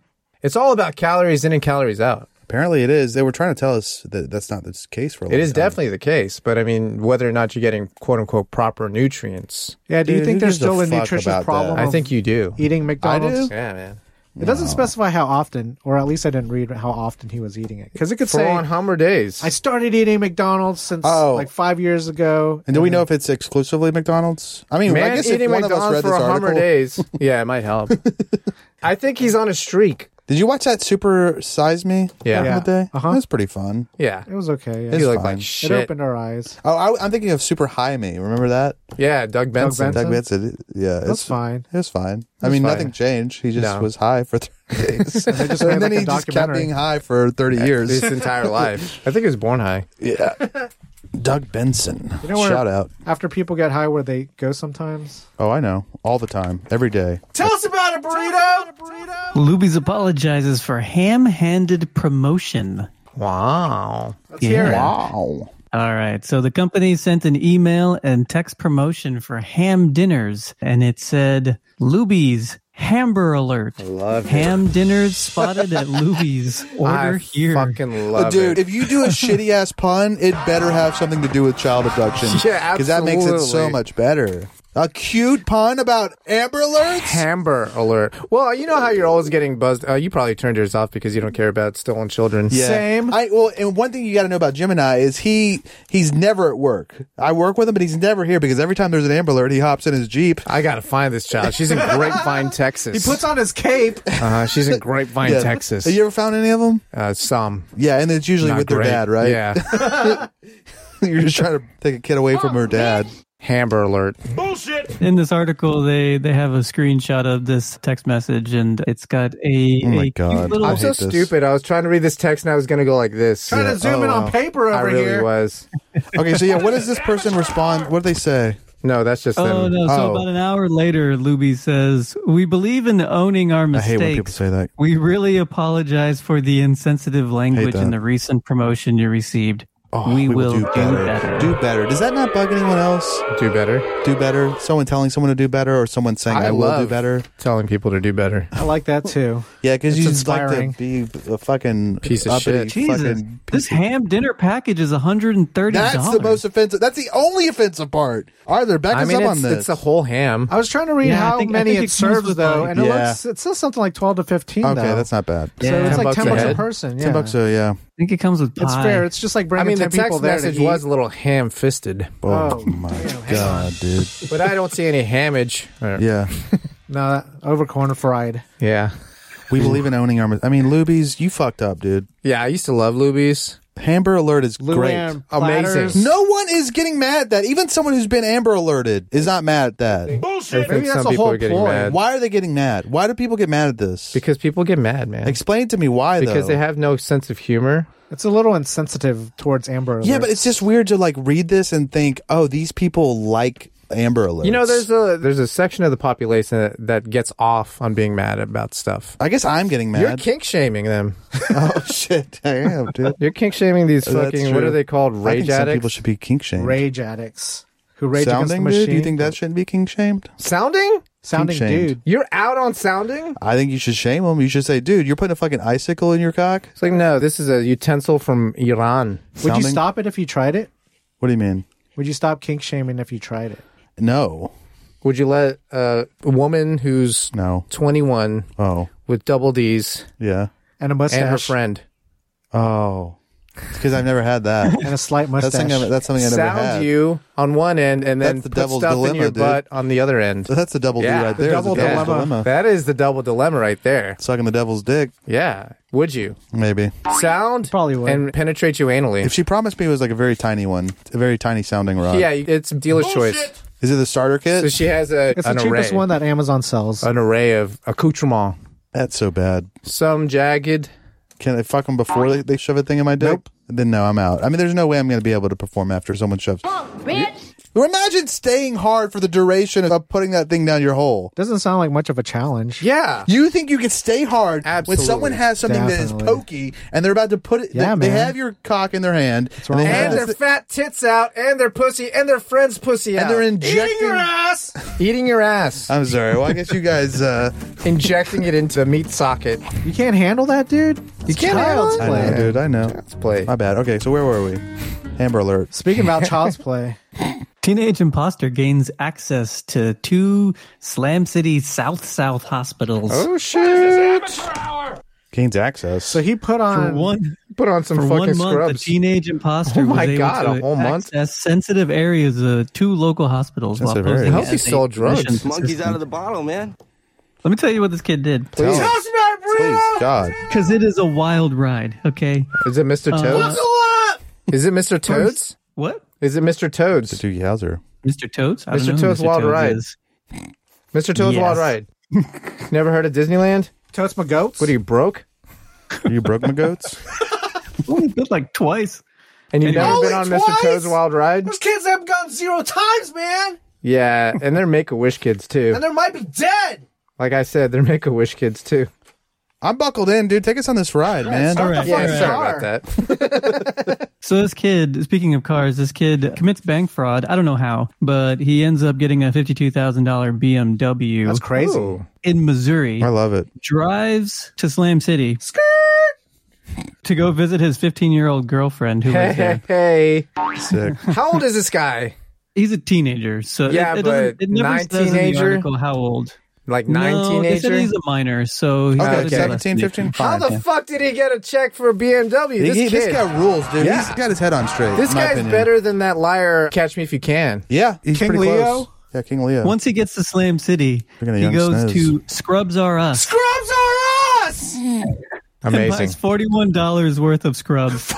S2: It's all about calories in and calories out.
S1: Apparently, it is. They were trying to tell us that that's not the case for a long
S2: It is
S1: time.
S2: definitely the case, but I mean, whether or not you're getting quote unquote proper nutrients,
S3: Yeah, do you
S1: Dude,
S3: think
S1: who
S3: there's
S1: gives a
S3: still a
S1: fuck
S3: nutrition
S1: about
S3: problem?
S1: that?
S2: I
S3: of
S2: think you do.
S3: eating McDonald's.
S2: Yeah, man.
S3: It doesn't specify how often, or at least I didn't read how often he was eating it. Because it could
S2: For
S3: say,
S2: on Hummer days.
S3: I started eating McDonald's since
S1: Oh.
S3: like five years ago.
S1: And do we know if it's exclusively McDonald's? I mean,
S2: Man,
S1: I guess if
S2: eating
S1: one of us
S2: McDonald's
S1: read
S2: for
S1: this
S2: a Hummer
S1: article,
S2: days. Yeah, it might help. I think he's on a streak.
S1: did you watch that Super Size Me?
S2: Yeah.
S1: back in the day?
S3: Yeah. Uh-huh.
S1: That was pretty fun.
S2: Yeah.
S3: It was okay. yeah.
S1: It's
S2: He looked
S1: fine.
S2: like
S1: It
S2: shit.
S3: It opened our eyes.
S1: Oh, I, I'm thinking of Super High Me. Remember that?
S2: Yeah, Doug Benson.
S3: Benson.
S1: Doug Benson. Yeah, it's-
S3: That's fine.
S1: It was fine. I
S2: was
S1: mean,
S2: fine.
S1: nothing changed. He just
S2: No.
S1: was high for three days, and,
S3: just made,
S1: then
S3: like, a
S1: he just kept
S3: documentary.
S1: being high for thirty years.
S2: His entire life. I think he was born high.
S1: yeah, Doug Benson.
S3: You know where-
S1: Shout out.
S3: After people get high, where they go sometimes.
S1: Oh, I know. All the time, every day.
S4: Lubies apologizes for ham-handed promotion.
S2: Wow.
S4: Yeah.
S1: Wow.
S4: All right. So the company sent an email and text promotion for ham dinners, and it said Luby's Hamber alert. Love ham dinners spotted at Luby's. Order
S2: I
S4: here.
S2: fucking love
S1: Dude,
S2: it.
S1: if you do a shitty ass pun, it better have something to do with child abduction.
S2: Yeah,
S1: Because that makes it so
S2: absolutely.
S1: much better. A cute pun about Amber Alerts?
S2: Hamber alert. Well, you know how you're always getting buzzed. Uh, you probably turned yours off because you don't care about stolen children.
S3: Same.
S1: I well, and one thing you got to know about Gemini is he he's never at work. I work with him, but he's never here because every time there's an Amber Alert, he hops in his Jeep.
S2: I gotta find this child. She's in Grapevine, Texas.
S3: He puts on his cape.
S2: Uh, she's in Grapevine,
S1: Yeah.
S2: Texas.
S1: Have you ever found any of them?
S2: Uh, some
S1: Yeah, and it's usually
S2: not
S1: with
S2: great.
S1: their dad, right?
S2: Yeah.
S1: You're just trying to take a kid away from her dad.
S2: Hamber alert.
S4: In this article, they they have a screenshot of this text message, and it's got a,
S1: Oh my
S4: a cute
S1: God.
S4: little
S1: I
S2: I'm so
S1: hate this.
S2: stupid. I was trying to read this text and I was gonna go like this. Oh,
S3: Trying to zoom in on paper
S2: I
S3: over
S2: really
S3: here.
S2: was.
S1: Okay, so yeah, what does this person respond? What do they say?
S2: No, that's just
S4: Oh
S2: them.
S4: no! So about an hour later, Luby says, "We believe in owning
S1: I
S4: our
S1: hate
S4: mistakes.
S1: when people say that.
S4: We really apologize for the insensitive language in
S1: that.
S4: the recent promotion you received.
S1: Oh,
S4: we, will, do better.
S1: Do better. Does that not bug anyone else?
S2: do better.
S1: do better, someone telling someone to do better, or someone saying I, will do
S2: love
S1: better.
S2: Telling people to do better.
S3: I like that too.
S1: Yeah, because you just like
S3: inspiring.
S1: to be a fucking
S2: Piece of
S1: uppity
S2: shit.
S4: Jesus,
S1: Fucking
S4: this ham dinner package is hundred and thirty dollars.
S1: that's the most offensive. That's the only offensive part. Arthur, back
S2: I
S1: us
S2: mean,
S1: up on
S2: it's,
S1: this.
S2: it's a whole ham.
S3: I was trying to read
S4: Yeah, I
S3: how
S4: think- I
S3: many
S4: think
S3: it,
S4: it comes
S3: serves
S4: with,
S3: though,
S4: like-
S3: and it
S1: Yeah.
S3: looks it says something like twelve to fifteen.
S1: okay,
S3: though.
S1: that's not bad.
S4: Yeah,
S3: so it's
S2: 10
S3: like
S2: bucks
S3: ten
S2: a
S3: bucks a
S2: head.
S3: person. Yeah,
S1: Ten bucks, so yeah.
S4: I think it comes with pie.
S3: it's fair. It's just like
S2: I
S3: bringing
S2: mean, the
S3: ten people
S2: text
S3: there to
S2: message
S3: eat.
S2: was a little ham fisted,
S1: Oh,
S3: Oh,
S1: my god, dude.
S2: but I don't see any hammage. Or-
S1: Yeah,
S3: no over corner uh, fried.
S2: yeah.
S1: we believe in owning our. mis- I mean, Lubies, you fucked up, dude.
S2: Yeah, I used to love Lubies.
S1: Amber Alert is great.
S3: Luann platters.
S2: Amazing.
S1: No one is getting mad at that. Even someone who's been Amber Alerted is not mad at that.
S2: I think
S3: Maybe that's
S2: some
S3: a
S2: people
S3: whole
S2: are getting
S3: ploy.
S2: mad.
S1: Why are they getting mad? Why do people get mad at this?
S2: Because people get mad, man.
S1: Explain to me why though.
S2: because they have no sense of humor.
S3: It's a little insensitive towards Amber.
S1: Yeah,
S3: Alerts.
S1: but it's just weird to like read this and think, oh, these people like Amber Alerts.
S2: You know, there's a there's a section of the population that, that gets off on being mad about stuff.
S1: I guess I'm getting
S2: You're
S1: mad.
S2: kink shaming them.
S1: oh shit, I am, dude.
S2: You're kink shaming these
S1: That's
S2: fucking what
S1: true.
S2: are they called?
S1: I think
S2: Rage
S1: some people
S2: addicts.
S1: should be kink shamed.
S3: rage addicts who rage
S1: sounding,
S3: against the machine.
S1: dude. Do you think that shouldn't be kink shamed?
S2: sounding?
S3: sounding
S1: shamed.
S3: dude?
S2: You're out on sounding?
S1: I think you should shame them. You should say, dude, you're putting a fucking icicle in your cock.
S2: It's like no, this is a utensil from Iran.
S3: Would you
S1: Sounding?
S3: stop it if you tried it?
S1: What do you mean?
S3: Would you stop kink shaming if you tried it?
S1: No,
S2: Would you let uh, a woman who's
S1: no.
S2: 21
S1: Oh,
S2: with double D's
S1: yeah.
S3: And a mustache
S2: and her friend
S1: Oh, because I've never had that.
S3: and a slight mustache.
S1: that's something. I, that's something I never had.
S2: sound you on one end and then
S1: That's the
S2: put
S1: devil's
S2: stuff in
S1: dilemma,
S2: your
S1: dude.
S2: butt on the other end?
S1: So that's the double
S2: Yeah,
S1: D right
S2: the
S1: there. is
S3: double
S1: devil's
S3: dilemma.
S2: That is the double dilemma right there.
S1: Sucking the devil's dick,
S2: Yeah. Would you?
S1: maybe.
S2: Sound
S3: Probably would.
S2: and penetrate you anally.
S1: If she promised me it was like a very tiny one, a very tiny sounding rod.
S2: yeah, it's dealer's choice.
S1: Is it the starter
S2: So
S1: kit?
S2: she has a
S3: It's
S2: an
S3: the cheapest
S2: array,
S3: one that Amazon sells.
S2: an array of accoutrements.
S1: That's so bad.
S2: Some jagged.
S1: Can I fuck them before they, they shove a thing in my dick?
S2: Nope.
S1: Then no, I'm out. I mean, there's no way I'm going to be able to perform after someone shoves.
S8: Bitch.
S1: Well, Imagine staying hard for the duration of putting that thing down your hole.
S3: Doesn't sound like much of a challenge.
S2: Yeah.
S1: You think you can stay hard
S2: Absolutely.
S1: when someone has something that is
S3: Definitely.
S1: pokey and they're about to put it?
S3: Yeah,
S1: they, they
S3: man.
S1: have your cock in their hand,
S3: wrong
S1: they
S3: with
S1: have
S2: And
S3: that?
S1: this
S2: their fat tits out, and their pussy, and their friend's pussy out.
S1: And they're
S2: Eating your
S1: injecting-
S2: ass. Eating your ass.
S1: I'm sorry. Well, I guess you guys. Uh,
S2: Injecting it into the meat socket.
S3: You can't handle that, dude. You
S2: can't handle
S3: child's
S2: it?
S1: I
S3: play.
S1: know, dude. I know.
S2: Let's play.
S1: My bad. Okay, so where were we? Amber alert.
S3: Speaking about child's play,
S4: Teenage imposter gains access to two Slam City South South hospitals.
S2: Oh shit!
S1: Gains access.
S3: so he put
S4: For
S3: on
S4: one,
S2: Put on some
S4: for
S2: fucking
S4: one month, a
S2: scrubs.
S4: teenage imposter
S2: Oh my
S4: was able
S2: God,
S4: to
S2: a whole month?
S4: access sensitive areas of two local hospitals while
S1: Sensitive areas.
S4: posing
S2: How's he
S4: as a
S2: sold drugs?
S4: physician
S9: Monkey's
S4: assistant.
S9: out of the bottle, man.
S4: Let me tell you what this kid did.
S1: Please. Please, God.
S4: Because it is a wild ride, okay?
S2: Is it
S4: Uh,
S2: Mr. Toads? Is it Mr. Toads?
S4: What?
S2: Is it Mr. Toads?
S1: Doogie Howser.
S4: Mr. Toads? I don't
S2: Mr.
S4: know who
S2: Toad's Wild Ride.
S4: is.
S2: Mr. Toads
S4: Yes.
S2: Wild Ride. Never heard of Disneyland?
S3: Totes My Goats.
S2: What are you broke?
S1: You broke my goats?
S4: Only built like twice.
S2: And you've
S4: Anyway.
S2: never been on Mr. Toad's Wild Ride?
S7: kids have gone zero times, man,
S2: Yeah, and they're Make a Wish kids too.
S7: they might be dead.
S2: Like I said, they're Make a Wish kids too.
S1: I'm buckled in, dude. Take us on this ride, man.
S4: All right.
S2: Yeah,
S4: all right.
S2: sorry about that.
S4: So this kid, speaking of cars, this kid commits bank fraud. I don't know how, but he ends up getting a fifty-two thousand dollar BMW
S3: That's crazy.
S2: Ooh.
S4: in Missouri.
S1: I love it.
S4: Drives to Slam City to go visit his fifteen-year-old girlfriend who
S2: Hey,
S4: is
S2: hey,
S4: there.
S2: hey.
S1: Sick.
S2: How old is this guy?
S4: He's a teenager, so it-
S2: Yeah,
S4: it, doesn't,
S2: but
S4: it never
S2: nine
S4: says in the
S2: teenager?
S4: article how old.
S2: Like nine
S4: no, they said
S2: teenager?
S4: he's a minor, so he's
S1: Okay,
S4: got to
S1: 17, 15?
S2: How
S1: Fine,
S2: the
S1: yeah.
S2: fuck did he get a check for a BMW? This,
S1: He-
S2: kid,
S1: this guy rules, dude.
S2: Yeah.
S1: He's got his head on straight.
S2: this
S1: in my
S2: guy's
S1: opinion.
S2: better than that liar. Catch me if you can.
S1: Yeah, he's
S3: King
S1: pretty
S3: Leo?
S1: close. Yeah, King Leo.
S4: Once he gets to Slam City,
S1: Look at the
S4: he
S1: young
S4: goes
S1: snows.
S4: to Scrubs R Us.
S2: Scrubs are us.
S4: and buys
S2: Amazing.
S4: forty-one dollars worth of scrubs.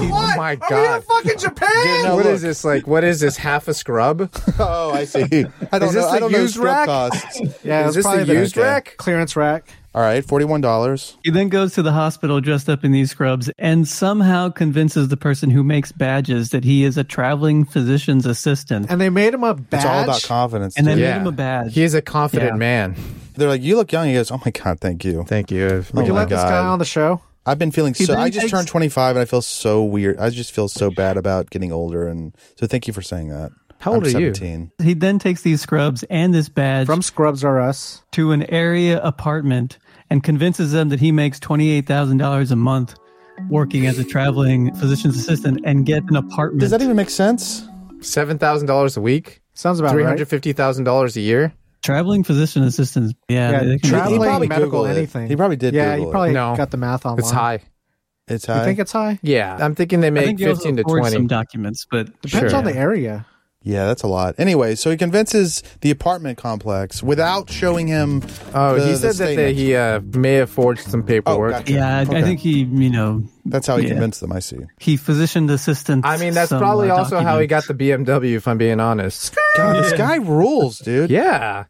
S2: Oh my god.
S7: fucking Japan.
S2: Dude,
S1: Now
S2: what is
S1: look.
S2: this like? What is this? Half a scrub?
S1: oh, I see. I don't
S2: Is this
S1: know.
S2: the
S1: I don't know
S2: used
S1: scrub
S2: rack?
S1: costs.
S3: Yeah,
S2: is
S3: it's
S2: this the
S3: probably
S2: used
S1: okay.
S2: rack?
S3: clearance rack.
S1: All right, forty-one dollars.
S4: He then goes to the hospital dressed up in these scrubs and somehow convinces the person who makes badges that he is a traveling physician's assistant.
S3: And they made him a badge.
S1: It's all about confidence.
S4: And then
S1: dude.
S4: made him a badge.
S2: He is a confident
S4: Yeah.
S2: man.
S1: they're like, "You look young." He goes, "Oh my god, thank you."
S2: Thank you.
S1: Oh
S3: you
S1: my
S3: let this guy
S1: God.
S3: on the show?
S1: I've been feeling so.
S4: then
S1: I just
S4: takes-
S1: turned twenty-five, and I feel so weird. I just feel so bad about getting older, and so thank you for saying that.
S2: How old
S1: I'm
S2: are you?
S1: 17.
S4: He then takes these scrubs and this badge
S3: From Scrubs R Us.
S4: to an area apartment and convinces them that he makes $28,000 a month working as a traveling physician's assistant and get an apartment.
S1: Does that even make sense?
S2: Seven thousand dollars a week.
S3: Sounds about
S2: Three
S3: right.
S2: hundred fifty thousand dollars a year.
S4: traveling physician assistants. Yeah.
S3: Yeah,
S4: they can-
S1: He
S3: traveling
S1: probably
S3: medical
S1: Googled it.
S3: anything.
S1: He probably did
S3: Yeah,
S1: Google
S3: you
S1: it.
S3: probably
S2: No.
S3: got the math online.
S2: It's high.
S1: It's
S3: You
S1: high.
S3: think it's high?
S2: Yeah, I'm thinking they
S4: I
S2: make
S4: think he also
S2: fifteen to
S4: forged
S2: twenty.
S4: some documents, but
S3: Depends
S2: Sure.
S3: on the area.
S1: Yeah, that's a lot. Anyway, so he convinces the apartment complex without showing him.
S2: Oh,
S1: the-
S2: he
S1: the
S2: said that they,
S1: statement.
S2: he uh, may have forged some paperwork.
S1: gotcha.
S4: yeah, I, I
S1: Okay.
S4: think he, you know,
S1: That's how he
S4: Yeah.
S1: convinced them. I see.
S4: he physicianed assistant.
S2: I mean, that's
S4: uh,
S2: probably also how he got the BMW. If I'm being honest.
S1: God, this guy rules, dude.
S2: Yeah,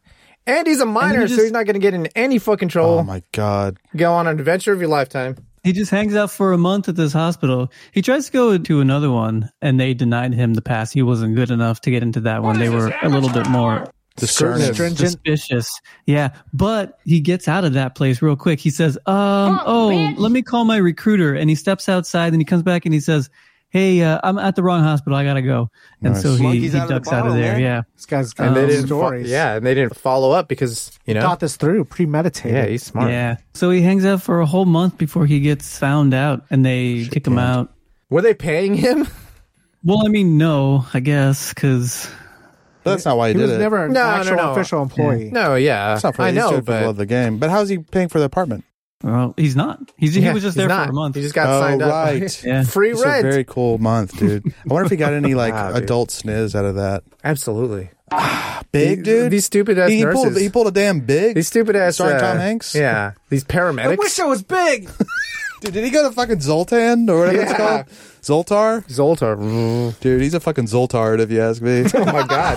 S2: and he's a minor, so
S4: just-
S2: he's not going to get in any fucking trouble.
S1: Oh my god.
S2: Go on an adventure of your lifetime.
S4: He just hangs out for a month at this hospital. He tries to go to another one, and they denied him the pass. He wasn't good enough to get into that one. They were a little bit more
S1: Discerning.
S2: Scrutiny.
S4: suspicious. Yeah, but he gets out of that place real quick. He says, "Um, oh, let me call my recruiter." And he steps outside, and he comes back, and he says, "Hey, uh, I'm at the wrong hospital. I gotta go." And so he, he
S9: Monkey's out of the
S4: ducks out of
S9: bottle,
S4: there.
S9: man.
S4: Yeah.
S3: This guy's
S4: Oh,
S3: got
S2: they
S3: um,
S2: didn't fo-
S3: stories.
S2: yeah, and they didn't follow up because you know.
S3: Thought this through, premeditated.
S2: yeah, he's smart.
S4: Yeah. So he hangs out for a whole month before he gets found out and they kick him out.
S2: Were they paying him?
S4: Well, I mean, no, I guess, because
S1: But that's not why he,
S3: He
S1: did
S3: was
S1: it.
S3: never an
S2: No, no,
S3: actual
S2: no.
S3: official employee.
S2: No, yeah,
S1: That's not for
S2: I
S1: he's
S2: know,
S1: doing it for the love
S2: but
S1: of the game. But how's he paying for the apartment?
S4: well, he's not. He's,
S2: yeah,
S4: he was just
S2: he's
S4: there
S2: not.
S4: for a month.
S2: He just got
S1: Oh,
S2: signed
S1: right.
S2: up.
S4: Yeah.
S2: Free
S1: It's a
S2: rent.
S1: very cool month, dude. I wonder if he got any like
S2: Wow, dude.
S1: adult sniz out of that.
S2: Absolutely.
S1: Big
S2: These-
S1: dude.
S2: these stupid-ass
S1: he, he pulled,
S2: nurses.
S1: he pulled a damn big.
S2: These stupid ass.
S1: Starring
S2: uh,
S1: Tom Hanks.
S2: Yeah. These paramedics.
S7: I wish I was big.
S1: Dude, did he go to fucking Zoltan or whatever it's called? Zoltar?
S2: Zoltar.
S1: Dude, he's a fucking Zoltard if you ask me.
S2: Oh my god.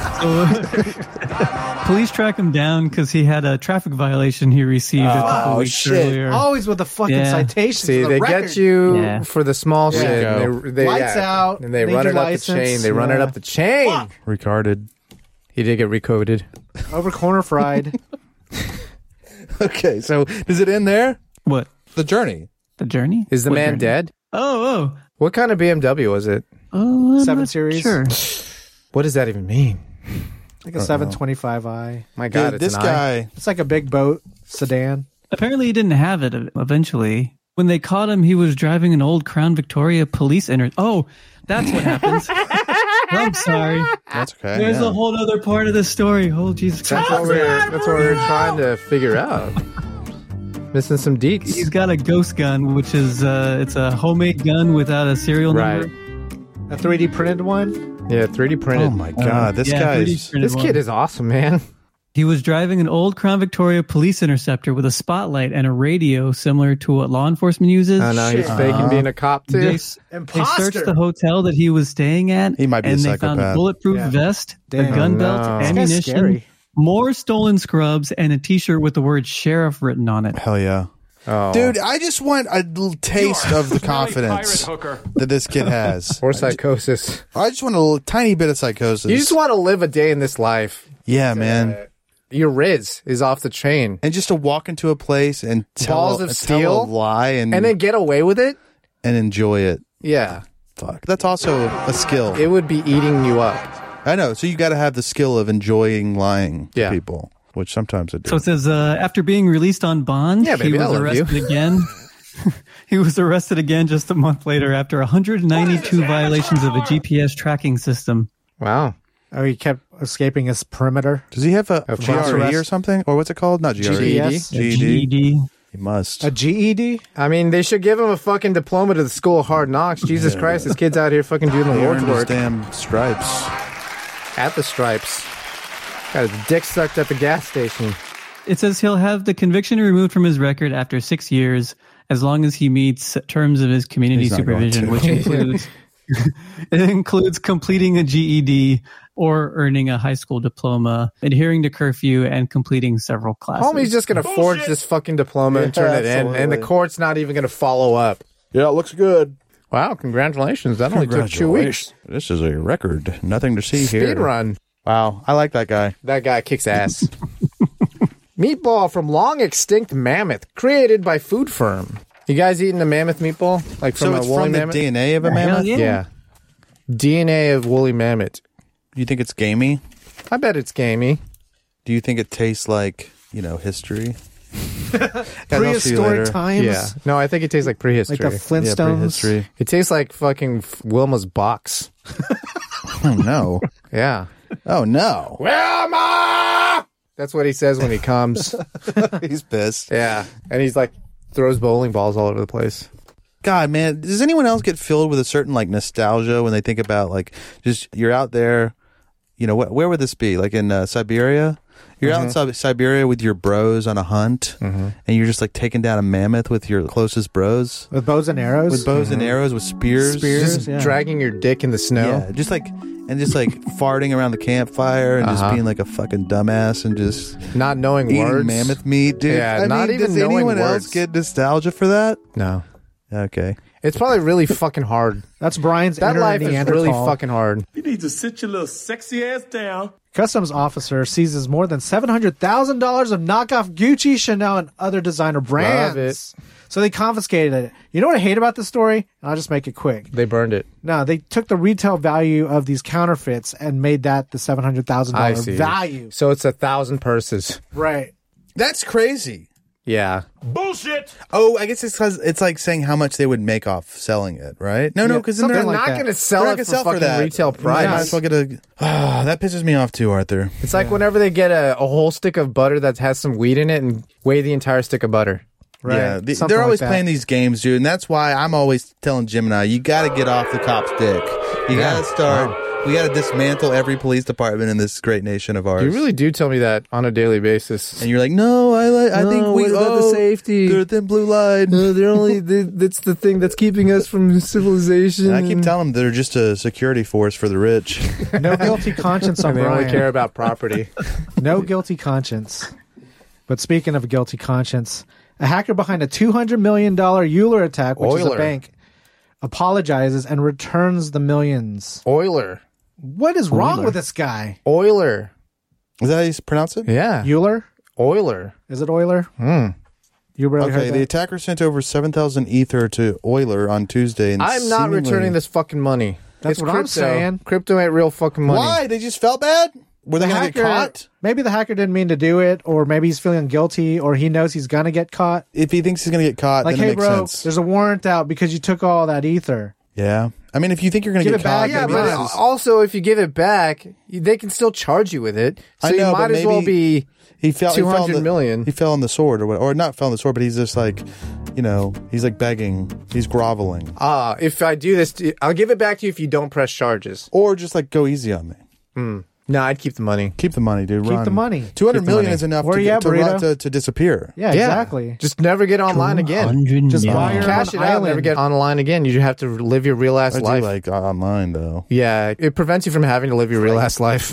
S4: Police track him down because he had a traffic violation he received a couple
S1: Oh,
S4: weeks
S1: shit.
S4: earlier.
S3: Always with the fucking
S4: Yeah.
S3: citations.
S2: See,
S3: to the
S2: they
S3: record.
S2: get you
S4: Yeah.
S2: for the small shit.
S1: Go.
S2: They, they,
S3: Lights
S2: yeah.
S3: out,
S2: And they
S3: leave
S2: run
S3: your
S2: it up
S3: license,
S2: the chain. They run it
S3: yeah.
S2: up the chain.
S1: Recarded.
S2: He did get recoded.
S3: over corner fried.
S1: Okay, so does it end there?
S4: What?
S1: The journey.
S4: The journey?
S2: Is the
S4: What
S2: man
S4: journey?
S2: dead?
S4: Oh,
S2: What kind of BMW was it?
S4: oh, oh! I'm
S3: Seven
S4: not
S3: series.
S4: Sure.
S2: What does that even mean?
S3: Like a seven twenty five I.
S2: My god,
S1: Dude,
S2: it's
S1: this
S2: an eye.
S1: guy.
S3: It's like a big boat sedan.
S4: Apparently, he didn't have it uh, eventually. When they caught him, he was driving an old Crown Victoria police inter. Oh, that's what happens. I'm sorry.
S1: That's okay.
S4: There's
S1: yeah.
S4: a whole other part of the story. Oh, Jesus
S2: That's
S4: Christ.
S2: what we're that's what we're trying to figure out. Missing some
S4: He's
S2: deets.
S4: got a ghost gun, which is uh, it's a homemade gun without a serial
S2: Right.
S4: number.
S3: A three D printed one.
S2: Yeah, 3D printed. Um,
S1: Oh my god, this
S4: Yeah,
S1: guy
S4: pretty
S1: is.
S4: printed
S2: This
S4: one.
S2: kid is awesome, man.
S4: He was driving an old Crown Victoria police interceptor with a spotlight and a radio similar to what law enforcement uses.
S2: I know he's faking being a cop too.
S4: They, s- they searched the hotel that he was staying at.
S1: He might be a
S4: and they found
S1: psychopath.
S4: a bulletproof
S3: Yeah.
S4: vest,
S3: Damn.
S4: a gun belt,
S2: No. This
S3: guy's
S4: ammunition,
S3: scary.
S4: more stolen scrubs, and a T-shirt with the word "sheriff" written on it.
S1: Hell yeah.
S2: Oh.
S1: Dude, I just want a little taste of the confidence that this kid has.
S2: or psychosis.
S1: I just want a little tiny bit of psychosis.
S2: You just want to live a day in this life.
S1: yeah, man.
S2: Your Riz is off the chain.
S1: And just to walk into a place and tell,
S2: Balls of
S1: tell
S2: steel?
S1: a lie and
S2: And then get away with it?
S1: and enjoy it.
S2: Yeah.
S1: Fuck, that's also a skill.
S2: It would be eating you up.
S1: I know. So you got to have the skill of enjoying lying to
S2: Yeah.
S1: people, which sometimes I do.
S4: So it says uh, after being released on bond,
S2: Yeah,
S4: he
S2: baby, I
S4: was
S2: love
S4: arrested again. he was arrested again just a month later after 192 violations of a GPS tracking system.
S2: Wow.
S3: Oh, he kept escaping his perimeter.
S1: Does he have a E?
S2: Of course.
S1: GRE or something, or what's it called? Not E. GRE.
S2: GED?
S4: E
S3: Yes.
S1: GED.
S4: GED.
S1: He must.
S3: A E GED.
S2: I mean, they should give him a fucking diploma to the school of hard knocks. Jesus Christ, this kid's out here fucking doing the
S1: He
S2: Lord's
S1: earned his
S2: work
S1: damn stripes.
S2: at the stripes. Got his dick sucked at the gas station.
S4: It says he'll have the conviction removed from his record after six years, as long as he meets terms of his community
S1: He's not going
S4: supervision,
S1: to.
S4: which includes it includes completing a GED or earning a high school diploma, adhering to curfew, and completing several classes.
S2: Homie's just gonna forge this fucking diploma and turn it in, and the
S1: absolutely.
S2: court's not even gonna follow up.
S1: Yeah, it looks good.
S2: Wow, congratulations! That only took two weeks.
S1: This is a record. Nothing to see here.
S2: Speed run.
S1: Wow, I like that guy.
S2: That guy kicks ass. meatball from long extinct mammoth, created by food firm. You guys eating a mammoth meatball? Like from
S1: so
S2: a
S1: it's
S2: woolly
S1: from
S2: mammoth?
S1: the DNA of a mammoth.
S4: Hell yeah.
S2: yeah. DNA of woolly mammoth.
S1: You think it's gamey?
S2: I bet it's gamey.
S1: Do you think it tastes like you know history? And I'll see you
S3: Prehistoric
S1: later.
S3: times.
S2: Yeah. No, I think it tastes like prehistory.
S3: Like the
S1: Yeah,
S3: Flintstones.
S1: prehistory.
S2: it tastes like fucking F- Wilma's box.
S1: Oh no!
S2: Yeah.
S1: Oh no!
S2: Wilma! That's what he says when he comes.
S1: He's pissed.
S2: yeah. And he's like, throws bowling balls all over the place.
S1: God, man, does anyone else get filled with a certain like nostalgia when they think about like just you're out there? You know, wh- where would this be? Like in uh, Siberia? You're out in
S2: Mm-hmm.
S1: Sib- Siberia with your bros on a hunt, and you're just like taking down a mammoth with your closest bros
S3: With bows and arrows.
S1: with bows
S2: Mm-hmm.
S1: and arrows with spears.
S3: Spears.
S2: Just
S3: Yeah.
S2: dragging your dick in the snow.
S1: Yeah, just like and just like farting around the campfire and just being like a fucking dumbass and just
S2: Not knowing
S1: eating
S2: Uh-huh. words.
S1: mammoth meat, dude.
S2: Yeah,
S1: I
S2: not
S1: mean,
S2: even
S1: does
S2: knowing
S1: anyone
S2: words.
S1: else get nostalgia for that?
S2: No.
S1: Okay,
S2: It's probably really fucking hard.
S3: That's Brian's
S2: That
S3: inner
S2: life is
S3: Neanderthal.
S2: really fucking hard.
S8: You need to sit your little sexy ass down.
S3: Customs officer seizes more than seven hundred thousand dollars of knockoff Gucci, Chanel, and other designer brands. So they confiscated it. You know what I hate about this story? And I'll just make it quick.
S2: They burned it.
S3: No, they took the retail value of these counterfeits and made that the seven hundred thousand
S2: I
S3: dollar
S2: see.
S3: value.
S2: So it's a thousand purses.
S3: Right.
S1: that's crazy.
S2: Yeah.
S1: Oh, I guess it's because it's like saying how much they would make off selling it, right? No, no, because then
S2: They're
S1: they're
S3: Something like
S2: not
S3: that.
S2: going to sell
S1: they're
S2: it
S1: not gonna
S2: for
S1: sell
S2: fucking
S1: for that
S2: retail
S1: They might as
S2: price.
S1: well get a. Oh, that pisses me off too, Arthur.
S2: It's like whenever they get a, a whole stick of butter that has some wheat in it and weigh the entire stick of butter.
S3: Right.
S1: Yeah, they,
S3: Something
S1: they're
S3: like
S1: always
S3: that.
S1: playing these games, dude, and that's why I'm always telling Gemini, you got to get off the cop's dick. You got to start We got to dismantle every police department in this great nation of ours.
S2: You really do tell me that on a daily basis.
S1: And you're like, no, I, li- I think
S2: No,
S1: we
S2: what about the
S1: owe
S2: safety?"
S1: the thin blue line.
S2: they're only that's the thing that's keeping us from civilization.
S1: And I keep telling them they're just a security force for the rich.
S3: No guilty conscience on
S2: they only
S3: Brian.
S2: care about property.
S3: No guilty conscience. But speaking of a guilty conscience, a hacker behind a $200 million Euler attack, which is
S2: Euler.
S3: a bank, apologizes and returns the millions.
S2: Euler,
S3: What is wrong with this guy?
S2: Euler,
S1: Is that how you pronounce it?
S2: yeah,
S3: Euler?
S2: Euler.
S3: Is it Euler? You really
S1: Okay,
S3: heard that?
S1: the attacker sent over 7,000 ether to Euler on Tuesday. And
S2: I'm not
S1: seemingly-
S2: returning this fucking money.
S3: That's
S2: It's
S3: what I'm
S2: crypto.
S3: saying.
S2: Crypto ain't real fucking money.
S1: Why? They just felt bad? Were they going to get caught?
S3: Maybe the hacker didn't mean to do it, or maybe he's feeling guilty, or he knows he's gonna get caught.
S1: If he thinks he's going to get caught,
S3: Like,
S1: then it
S3: hey,
S1: makes
S3: bro,
S1: sense.
S3: there's a warrant out because you took all that ether.
S1: Yeah. I mean, if you think you're going to
S3: Give
S1: get
S3: it
S1: caught,
S3: back,
S2: Yeah,
S1: maybe
S2: but
S1: this is-
S2: also if you give it back, you- they can still charge you with it. So
S1: I know,
S2: you
S1: but
S2: might as well
S1: maybe-
S2: be.
S1: he fell. he fell on
S2: 200
S1: the,
S2: million.
S1: He fell on the sword, or what? Or not fell on the sword, but he's just like, you know, he's like begging, he's groveling,
S2: Ah, if I do this, to- I'll give it back to you if you don't press charges.
S1: or just like go easy on me.
S2: No, I'd keep the money.
S1: Keep the money, dude.
S3: Keep the money.
S1: Two hundred
S2: Keep the
S1: million
S2: money.
S1: is enough
S3: Where
S1: to,
S3: you
S1: get-
S3: at,
S1: to, run-
S3: burrito?
S1: to to disappear.
S3: Yeah,
S2: Yeah.
S3: exactly.
S2: Just never get online again.
S3: Just wire
S4: wire.
S3: up.
S2: Cash it
S3: on
S2: out. Never
S3: island.
S2: get online again. You have to live your real ass
S1: I do
S2: life.
S1: like online though.
S2: yeah, it prevents you from having to live your real ass life.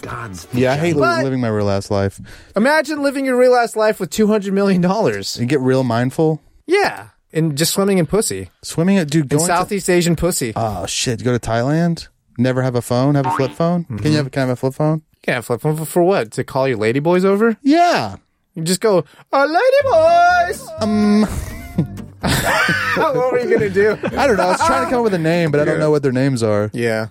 S1: Yeah, I hate li-
S2: But-
S1: living my real ass life.
S2: Imagine living your real ass life with two hundred million dollars.
S1: You get real mindful.
S2: Yeah, and just swimming in pussy,
S1: Swimming, dude.
S2: in
S1: Going to,
S2: Southeast Asian pussy.
S1: oh shit, go to Thailand. Never have a phone. Have a flip phone. Can you have? Can I have a flip phone?
S2: yeah, flip for, for what? To call your ladyboys over?
S1: Yeah.
S2: You just go, oh, ladyboys. Um. what were you gonna do?
S1: I don't know. I was trying to come up with a name, but I don't know what their names are.
S2: Yeah.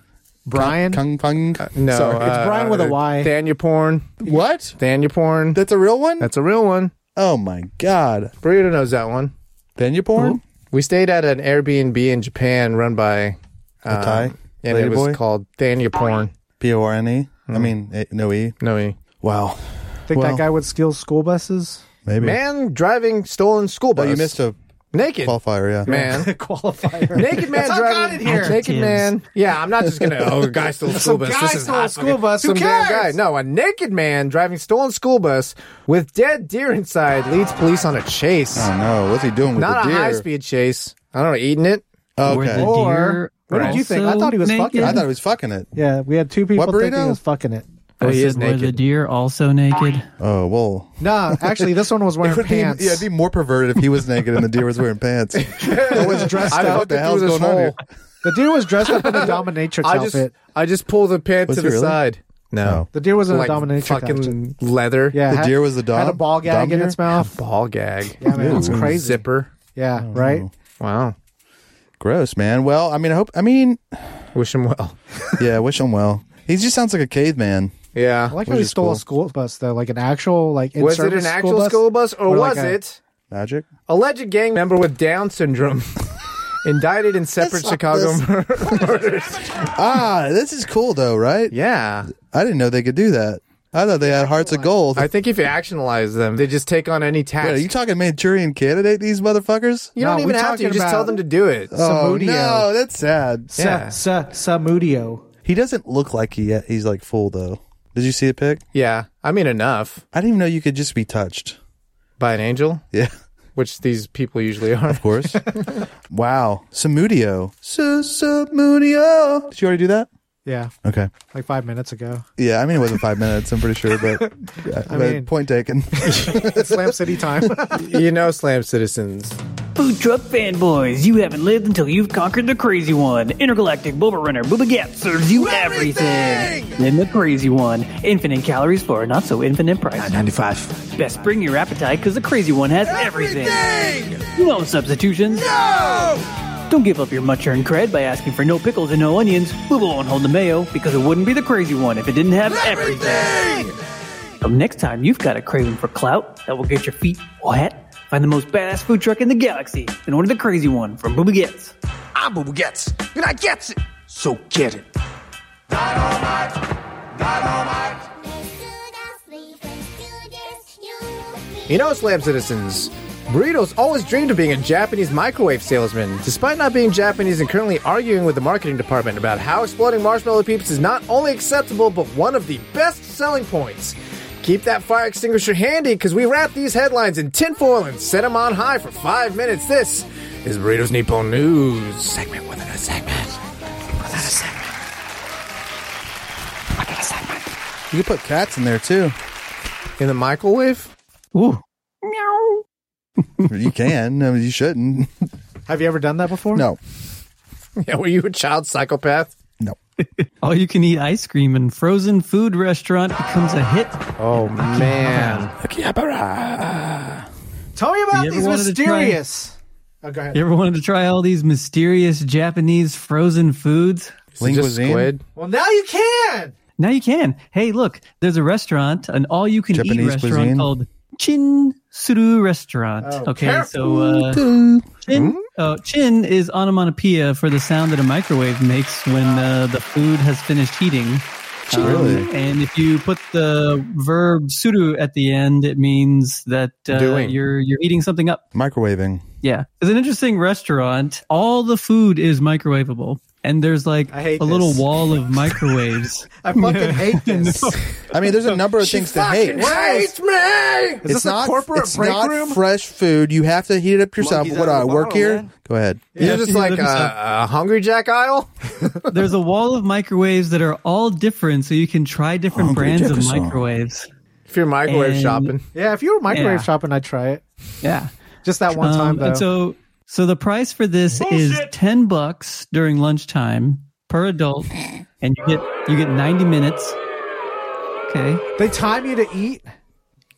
S3: Brian.
S1: Kung Pung.
S2: No,
S1: Sorry.
S2: uh,
S3: Brian with a Y.
S2: Thanya porn.
S1: what?
S2: Thanya porn.
S1: That's a real one.
S2: That's a real one.
S1: Oh my god.
S2: Burrito knows that one.
S1: Then you porn?
S2: We stayed at an Airbnb in Japan run by uh,
S1: Thai
S2: and
S1: lady
S2: it was
S1: boy?
S2: called Thanya porn.
S1: P O R N E. I mean, eh, no E.
S2: No, he.
S1: Wow.
S3: Think
S1: well-
S3: that guy would steal school buses?
S1: Maybe.
S2: Man driving stolen school
S1: oh,
S2: bus.
S1: you missed a
S2: naked
S1: qualifier, yeah.
S2: man.
S3: Qualifier.
S2: Naked man
S3: how I got
S2: driving
S3: it here.
S2: Naked
S4: Kids.
S2: man. Yeah, I'm not just gonna. Oh, a guy stole a
S3: Some
S2: school bus.
S3: guy
S2: This is
S3: stole a
S2: hot
S3: school
S2: fucking-
S3: bus. Who
S2: Some damn guy.
S3: cares?
S2: No, a naked man driving stolen school bus with dead deer inside leads police on a chase.
S1: Oh no, what's he doing with
S2: not
S1: the
S2: a
S1: deer?
S2: high speed chase. I don't know, eating it.
S4: Were the
S1: Okay.
S3: Or-
S4: deer
S3: what did you think? I
S4: also
S3: thought he was fucking-
S4: naked?
S1: I thought he was fucking it.
S3: Yeah, we had two people
S1: What
S3: thinking
S1: burrito?
S3: he was fucking it.
S4: I
S2: Oh, he
S4: said,
S2: is
S4: Were the
S2: naked.
S4: deer also naked?
S1: Oh well.
S3: Nah, actually, this one was
S1: It
S3: wearing
S1: would be-
S3: pants.
S1: yeah, it'd be more perverted if he was naked and the deer was wearing pants.
S3: It was dressed
S2: I
S3: up.
S2: looked
S1: the
S2: through
S1: hell's
S2: this
S1: going on
S2: hole.
S1: here?
S3: The deer was dressed up in a dominatrix
S2: I just,
S3: outfit.
S2: I just pull the pants
S1: Was
S2: to
S1: he
S2: the
S1: really?
S2: side. No,
S3: The deer was in
S2: like
S3: a dominatrix outfit.
S2: fucking leather.
S3: Yeah,
S1: The
S3: had-
S1: deer was the dom-
S3: Had a ball gag
S1: dom
S3: in
S1: deer?
S3: its mouth.
S2: ball gag.
S3: Yeah, man, it's
S1: Ooh.
S3: crazy.
S2: Zipper.
S3: Yeah, right.
S2: Wow.
S1: Gross, man. Well, I mean I hope I mean
S2: Wish him well.
S1: yeah, I wish him well. He just sounds like a caveman.
S2: Yeah.
S3: I
S1: Which
S3: like how he
S1: is
S3: stole
S1: cool.
S3: a school bus though, like an actual like in
S2: was it an actual school bus, or, was
S3: like a-
S2: it
S1: Magic.
S2: alleged gang member with Down syndrome indicted in separate
S1: saw
S2: Chicago
S1: this.
S2: mur- murders?
S1: Ah, this is cool though, right?
S2: Yeah,
S1: I didn't know they could do that. I thought they had hearts of gold.
S2: I think if you actionalize them, they just take on any task.
S1: Wait, are you talking Manchurian candidate these motherfuckers?
S2: You
S3: No,
S2: don't
S3: we're
S2: even have to. You
S3: talking
S2: just tell
S3: about-
S2: them to do it.
S1: Oh
S3: Samudio.
S1: no, that's sad.
S2: Yeah.
S3: Sa- sa- Samudio.
S1: He doesn't look like he he's like full though. Did you see the pic?
S2: yeah, I mean enough
S1: I didn't even know you could just be touched.
S2: by an angel,
S1: Yeah,
S2: which these people usually are.
S1: of course. wow, Samudio. Su- Samudio. Did you already do that?
S3: Yeah,
S1: Okay.
S3: like five minutes ago.
S1: Yeah, I mean it wasn't five minutes. I'm pretty sure, but, uh, but
S3: mean-
S1: point taken.
S3: It's Slam City time.
S2: you know, slam citizens.
S9: Food truck fanboys, you haven't lived until you've conquered the crazy one. Intergalactic Booba Runner Booba Gap serves you everything. Then the crazy one, infinite calories for a not so infinite price.
S7: Ninety-five.
S9: Best bring your appetite because the crazy one has everything. You want substitutions? No! Don't give up your much earned cred by asking for no pickles and no onions. Booba won't hold the mayo because it wouldn't be the crazy one if it didn't have everything. So next time you've got a craving for clout that will get your feet wet, find the most badass food truck in the galaxy and order the crazy one from Booba Gets.
S10: I'm Booba Gets, and I gets it. So get it.
S2: You know, slam citizens. Burritos always dreamed of being a Japanese microwave salesman. Despite not being Japanese and currently arguing with the marketing department about how exploding marshmallow peeps is not only acceptable but one of the best selling points. Keep that fire extinguisher handy because we wrap these headlines in tinfoil and set them on high for five minutes. This is Burritos Nippon News. Segment within a segment.
S1: You could put cats in there too.
S2: In the microwave?
S4: Ooh,
S1: you can. I mean, you shouldn't.
S3: Have you ever done that before?
S1: No.
S2: Yeah, were you a child psychopath?
S1: No.
S4: all you can eat ice cream in frozen food restaurant becomes a hit.
S2: Oh, man.
S3: Tell me
S4: You
S3: about
S4: ever
S3: these
S4: wanted to try-
S3: mysterious. Oh, go ahead.
S4: You ever wanted to try all these mysterious Japanese frozen foods?
S2: Is it just
S1: Linguine?
S2: squid?
S3: Well, now you can.
S4: Now you can. Hey, look, there's a restaurant, an all you can eat
S1: Japanese
S4: restaurant
S1: cuisine?
S4: called Chin Suru Restaurant. okay, so uh,
S1: Hmm?
S4: Chin, oh, Chin is onomatopoeia for the sound that a microwave makes when uh, the food has finished heating. Um,
S1: Oh, Really?
S4: and if you put the verb suru at the end, it means that uh,
S2: Doing.
S4: you're you're heating something up.
S1: Microwaving.
S4: Yeah. It's an interesting restaurant. All the food is microwavable. And there's like
S3: I
S4: a
S3: hate
S4: little
S3: this.
S4: wall of microwaves.
S3: I fucking hate this.
S1: I mean, there's a number of things to hate.
S3: Hates me. Is this a corporate
S1: it's
S3: break
S1: not
S3: room?
S1: fresh food. You have to heat it up yourself.
S7: Monkeys
S1: what do
S7: out
S1: I
S7: of a
S1: work
S7: bottle,
S1: here?
S7: man.
S1: Go ahead.
S2: You're just like
S4: Look at
S2: a, a Hungry Jack aisle?
S4: There's a wall of microwaves that are all different, so you can try different
S1: Hungry
S4: brands of
S1: Jefferson.
S4: microwaves.
S2: If you're microwave
S4: And-
S2: shopping,
S3: yeah, if you were microwave
S4: Yeah.
S3: shopping, I'd try it.
S4: Yeah.
S3: Just that one
S4: Um,
S3: time, though.
S4: and so, so the price for this is ten bucks during lunchtime per adult, and you get you get ninety minutes. Okay.
S3: they time you to eat.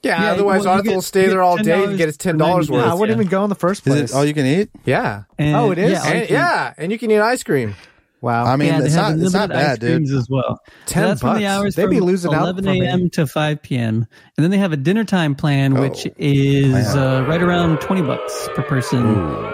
S2: yeah.
S4: Yeah,
S2: otherwise,
S4: well, you
S2: Arthur
S4: get-
S2: will stay
S4: you
S2: there
S4: get
S2: all day and
S4: $10
S2: get his ten
S4: for
S2: dollars
S4: ninety
S2: worth.
S4: minutes.
S3: I wouldn't
S4: yeah.
S3: even go in the first
S1: Is
S3: place.
S1: it all you can eat?
S2: Yeah,
S4: And-
S3: Oh, it is?
S4: Yeah. all you
S2: and,
S4: can-
S2: yeah, and you can eat ice cream.
S3: wow.
S1: I mean,
S4: yeah, they
S1: it's
S4: have
S1: not. It's
S4: unlimited
S1: not
S4: ice
S1: bad, dude.
S4: cremes as well. So
S2: 10
S4: that's from the
S2: bucks.
S4: hours
S3: They be
S4: from
S3: losing out
S4: 11
S3: for me.
S4: a.m. to 5 p.m. And then they have a dinner time plan,
S3: Oh,
S4: which is uh, right around 20 bucks per person,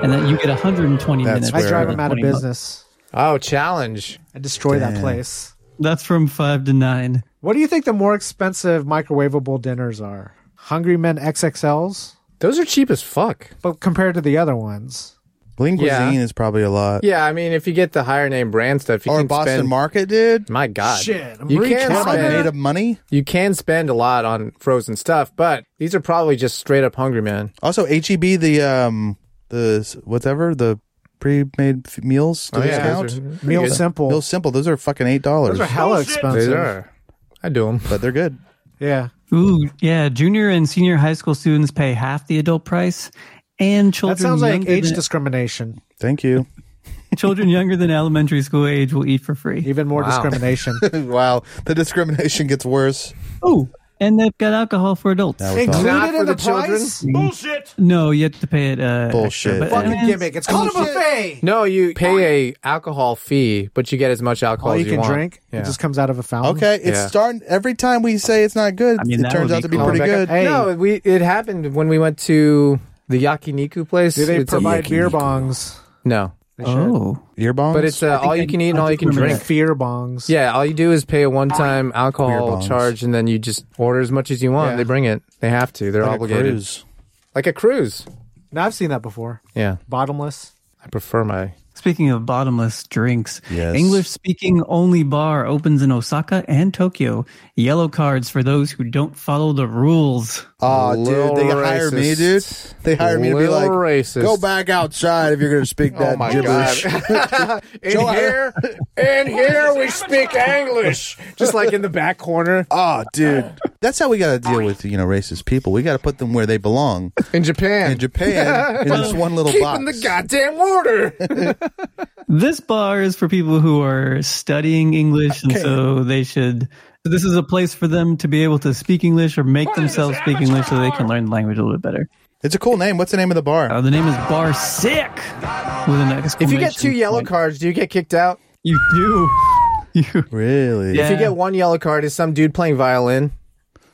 S4: and then you get 120
S1: That's
S4: minutes.
S1: where-
S3: I
S4: for
S3: drive
S4: the
S3: them out of
S4: 20 bucks.
S3: business.
S2: Oh, challenge!
S3: I destroy that
S1: Damn.
S3: place.
S4: That's from five to nine.
S3: What do you think the more expensive microwavable dinners are? Hungry Men XXLs,
S2: Those are cheap as fuck.
S3: but compared to the other ones,
S1: Lean
S2: Yeah.
S1: cuisine is probably a lot.
S2: Yeah, I mean, if you get the higher name brand stuff, you
S1: Or
S2: can
S1: Boston
S2: spend.
S1: Market, dude.
S2: my God,
S3: Shit, I'm
S2: you can
S1: What am I made
S2: spend.
S1: of money?
S2: you can spend a lot on frozen stuff, but these are probably just straight up hungry man.
S1: Also, HEB the um the s- whatever the pre-made f- meals. Do
S2: Oh,
S1: those
S2: yeah,
S1: count?
S2: those are pretty
S3: Meal
S2: good.
S3: Simple.
S1: Meal simple. Those are fucking eight dollars,
S3: Those are hella expensive.
S2: These are. I do them.
S1: but they're good.
S3: Yeah.
S4: Ooh, yeah. Junior and senior high school students pay half the adult price, and children
S3: That sounds like
S4: younger
S3: age
S4: than-
S3: discrimination.
S1: Thank you.
S4: children younger than elementary school age will eat for free.
S3: Even more discrimination.
S1: wow, the discrimination gets worse.
S4: Oh, and they've got alcohol for adults.
S1: That was awesome.
S2: Not
S3: Included
S2: for
S3: in the,
S2: the children.
S3: price?
S8: Bullshit.
S4: No, you have to pay it. Uh,
S1: Bullshit.
S4: Extra, but,
S1: Fucking
S4: I mean,
S3: Gimmick. It's called a buffet.
S2: No, you pay a alcohol fee, but you get as much alcohol
S3: All
S2: as
S3: Oh, you
S2: you
S3: can
S2: want.
S3: drink.
S2: Yeah.
S3: It just comes out of a fountain.
S1: Okay, it's
S2: Yeah.
S1: starting every time we say it's not good.
S4: I mean,
S1: it
S4: that
S1: turns
S4: would
S1: out
S4: be
S1: to be
S4: cool.
S1: pretty
S2: Rebecca-
S1: good.
S3: Hey.
S2: No, we it happened when we went to the yakiniku place.
S3: Do they
S2: It's a-
S3: provide beer bongs?
S2: No,
S4: Oh,
S1: Ear bombs,
S2: but it's uh, all you can eat and all you can drink.
S3: Fear bongs.
S2: Yeah, all you do is pay a one-time alcohol
S1: bongs.
S2: charge, and then you just order as much as you want.
S3: Yeah.
S2: They bring it. They have to. They're
S1: Like a
S2: obligated.
S1: cruise.
S2: Like a cruise.
S3: Now I've seen that before.
S2: Yeah,
S3: Bottomless.
S2: I prefer my.
S4: Speaking of bottomless drinks,
S1: Yes.
S4: English speaking only bar opens in Osaka and Tokyo. Yellow cards for those who don't follow the rules.
S1: Aw,
S2: Little
S1: dude, they hire me, dude.
S2: racist.
S1: They hire me to be
S2: Little
S1: like,
S2: racist.
S1: go
S2: Oh
S1: back outside if you're going to speak that
S2: my
S1: gibberish.
S2: in
S1: Joe, I-
S2: here, in here we speak English. Just like in the back corner
S1: Aw, dude, that's how we got to deal with you know racist people. We got to put them where they belong.
S2: in Japan.
S1: In Japan, in this one little box.
S2: Keeping the goddamn order.
S4: This bar is for people who are studying English, and so they should. This is a place for them to be able to speak English or make themselves speak English so they can learn the language a little bit better.
S1: It's a cool name. What's the name of the bar?
S4: Uh, the name is Bar Sick with an exclamation.
S2: If you get two yellow
S4: point.
S2: cards, do you get kicked out?
S4: you do. You,
S1: really?
S2: If you get one yellow card, is some dude playing violin?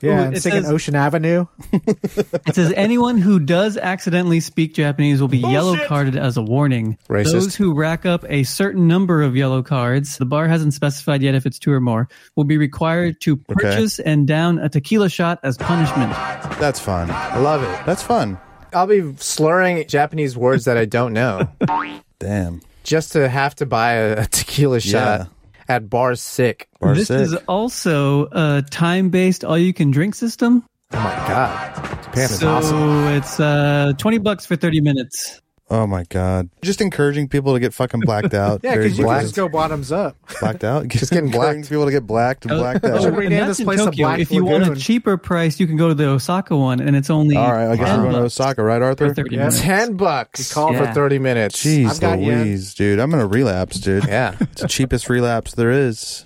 S3: Yeah,
S4: Ooh,
S3: and
S4: it
S3: singing
S4: says-
S3: Ocean Avenue.
S4: It says anyone who does accidentally speak Japanese will be yellow carded as a warning.
S2: Racist.
S4: Those who rack up a certain number of yellow cards, the bar hasn't specified yet if it's two or more, will be required to purchase and down a tequila shot as punishment.
S1: That's fun.
S2: I love it.
S1: That's fun.
S2: I'll be slurring Japanese words that I don't know
S1: Damn.
S2: just to have to buy a, a tequila shot
S1: Yeah.
S2: at bar sick.
S1: Bar
S4: This
S1: sick.
S4: is also a time based all you can drink system.
S2: Oh my god, Japan is
S4: so
S2: awesome.
S4: it's uh, 20 bucks for 30 minutes.
S1: oh my god. Just encouraging people to get fucking blacked out.
S3: Yeah,
S1: Very
S3: because you can
S1: blacked,
S3: just go bottoms up.
S1: blacked out. Just
S2: getting
S1: encouraging
S2: blacked.
S1: People to get blacked and blacked
S4: Oh,
S1: out.
S3: rename
S4: and that's
S3: this
S4: in
S3: place a
S4: Tokyo.
S3: Black
S4: If you want a
S3: Lagoon.
S4: cheaper price, you can go to the Osaka one, and it's only
S1: All right, I guess
S4: 10
S1: we're going to
S4: bucks
S1: Osaka, right, Arthur?
S4: for 30
S3: Yes.
S4: minutes.
S2: Ten bucks.
S3: You call
S2: for
S4: Yeah.
S2: thirty minutes.
S1: Jeez
S2: I've got you.
S1: Louise, dude. I'm going to relapse, dude.
S2: Yeah,
S1: It's the cheapest relapse there is.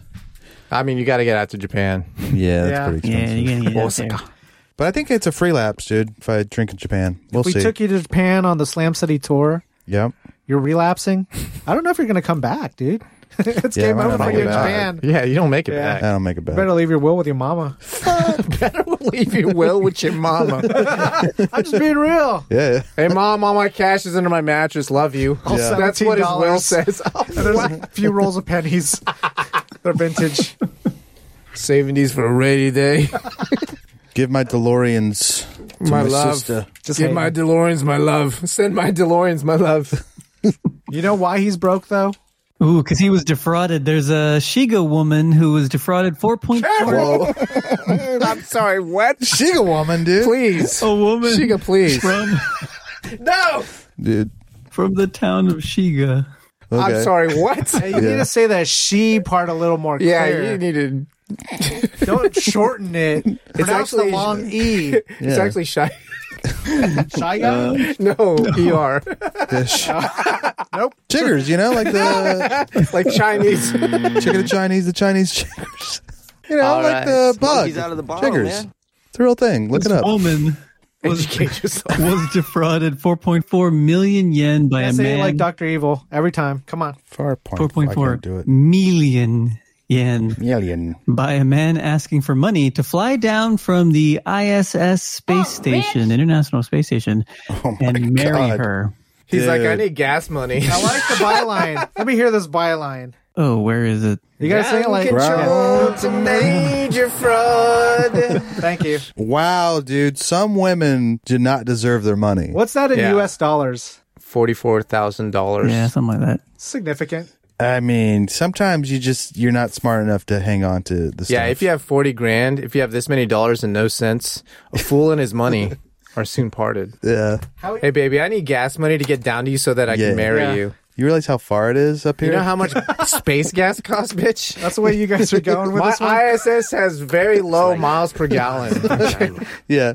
S2: I mean you got to get out to Japan.
S1: Yeah, that's
S3: Yeah.
S1: pretty expensive.
S4: Yeah, you're gonna get out there.
S1: But I think it's a free lapse, dude, if I drink in Japan. We'll
S3: we
S1: see.
S3: took you to Japan on the Slam City tour.
S1: yep.
S3: You're relapsing. I don't know if you're gonna come back, dude. it's
S1: Yeah,
S3: game
S1: why
S3: over
S1: not?
S3: for you in
S1: Why not?
S3: Japan.
S2: Yeah, you don't make it
S3: Yeah.
S1: I
S2: back.
S1: don't make a bet.
S3: Better leave your will with your mama.
S2: Better leave you will with your mama.
S3: I'm just being real.
S1: Yeah. yeah.
S2: hey mom, all my cash is under my mattress. Love you.
S1: Yeah.
S2: That's what his will
S3: $17.
S2: says. Oh,
S3: And there's a few rolls of pennies. They're vintage.
S2: Saving these for a rainy day.
S1: Give my DeLoreans to my,
S2: my, love.
S1: sister.
S3: Just
S2: Give
S3: hate
S2: my
S3: it.
S2: DeLoreans my love. Send my DeLoreans my love.
S3: You know why he's broke though?
S4: Ooh, because he was defrauded. There's a Shiga woman who was defrauded 4.4.
S1: Whoa.
S2: I'm sorry, what?
S1: She's a woman, dude. Oh,
S2: Please.
S4: A woman
S2: Shiga, please.
S4: from
S2: No!
S1: Dude.
S4: from the town of Shiga.
S1: Okay.
S2: I'm sorry, what?
S3: Hey, you need to say that she part a little more
S2: yeah,
S3: clear.
S2: you need to.
S3: Don't shorten it. Pronounce
S2: actually-
S3: the long E.
S2: It's
S1: Yeah.
S2: actually shy.
S3: Shiga?
S2: No, ER.
S1: Fish. nope. Chiggers, you know, like the
S2: like Chinese.
S1: chicken of Chinese, the Chinese chiggers. You know,
S10: All
S1: like
S10: right.
S1: the bug.
S10: Monkey's out of the bottle,
S1: chiggers.
S10: man.
S1: It's a real thing. Look it
S4: This
S1: up.
S4: woman was,
S2: Educate yourself.
S4: was defrauded 4.4 million yen
S3: I
S4: by a
S3: say it
S4: man.
S3: like Dr. Evil every time. Come on.
S1: Far point. I can't do
S4: 4.4
S1: it.
S4: million yen
S1: Million.
S4: by a man asking for money to fly down from the ISS space
S3: Oh,
S4: station, International Space Station, and marry
S1: Oh, God.
S4: her.
S2: He's like, I
S1: Dude.
S2: need gas money.
S3: I like the byline. Let me hear this byline.
S4: Oh, where is it?
S3: You gotta say it like
S1: Ground
S2: It's a major fraud.
S3: Thank you.
S1: Wow, dude. Some women do not deserve their money.
S3: What's that in
S2: Yeah.
S3: US dollars?
S2: $44,000.
S4: Yeah, something like that.
S3: Significant.
S1: I mean, sometimes you just you're not smart enough to hang on to the stuff.
S2: Yeah, if you have 40 grand, if you have this many dollars and no cents, a fool and his money are soon parted.
S1: yeah.
S2: Hey, baby, I need gas money to get down to you so that I
S1: Yeah.
S2: can marry
S3: Yeah.
S2: you.
S1: You realize how far it is up here?
S2: You know how much space gas costs, bitch?
S3: That's the way you guys are going with
S2: My
S3: this one.
S2: ISS has very low miles per gallon.
S1: yeah.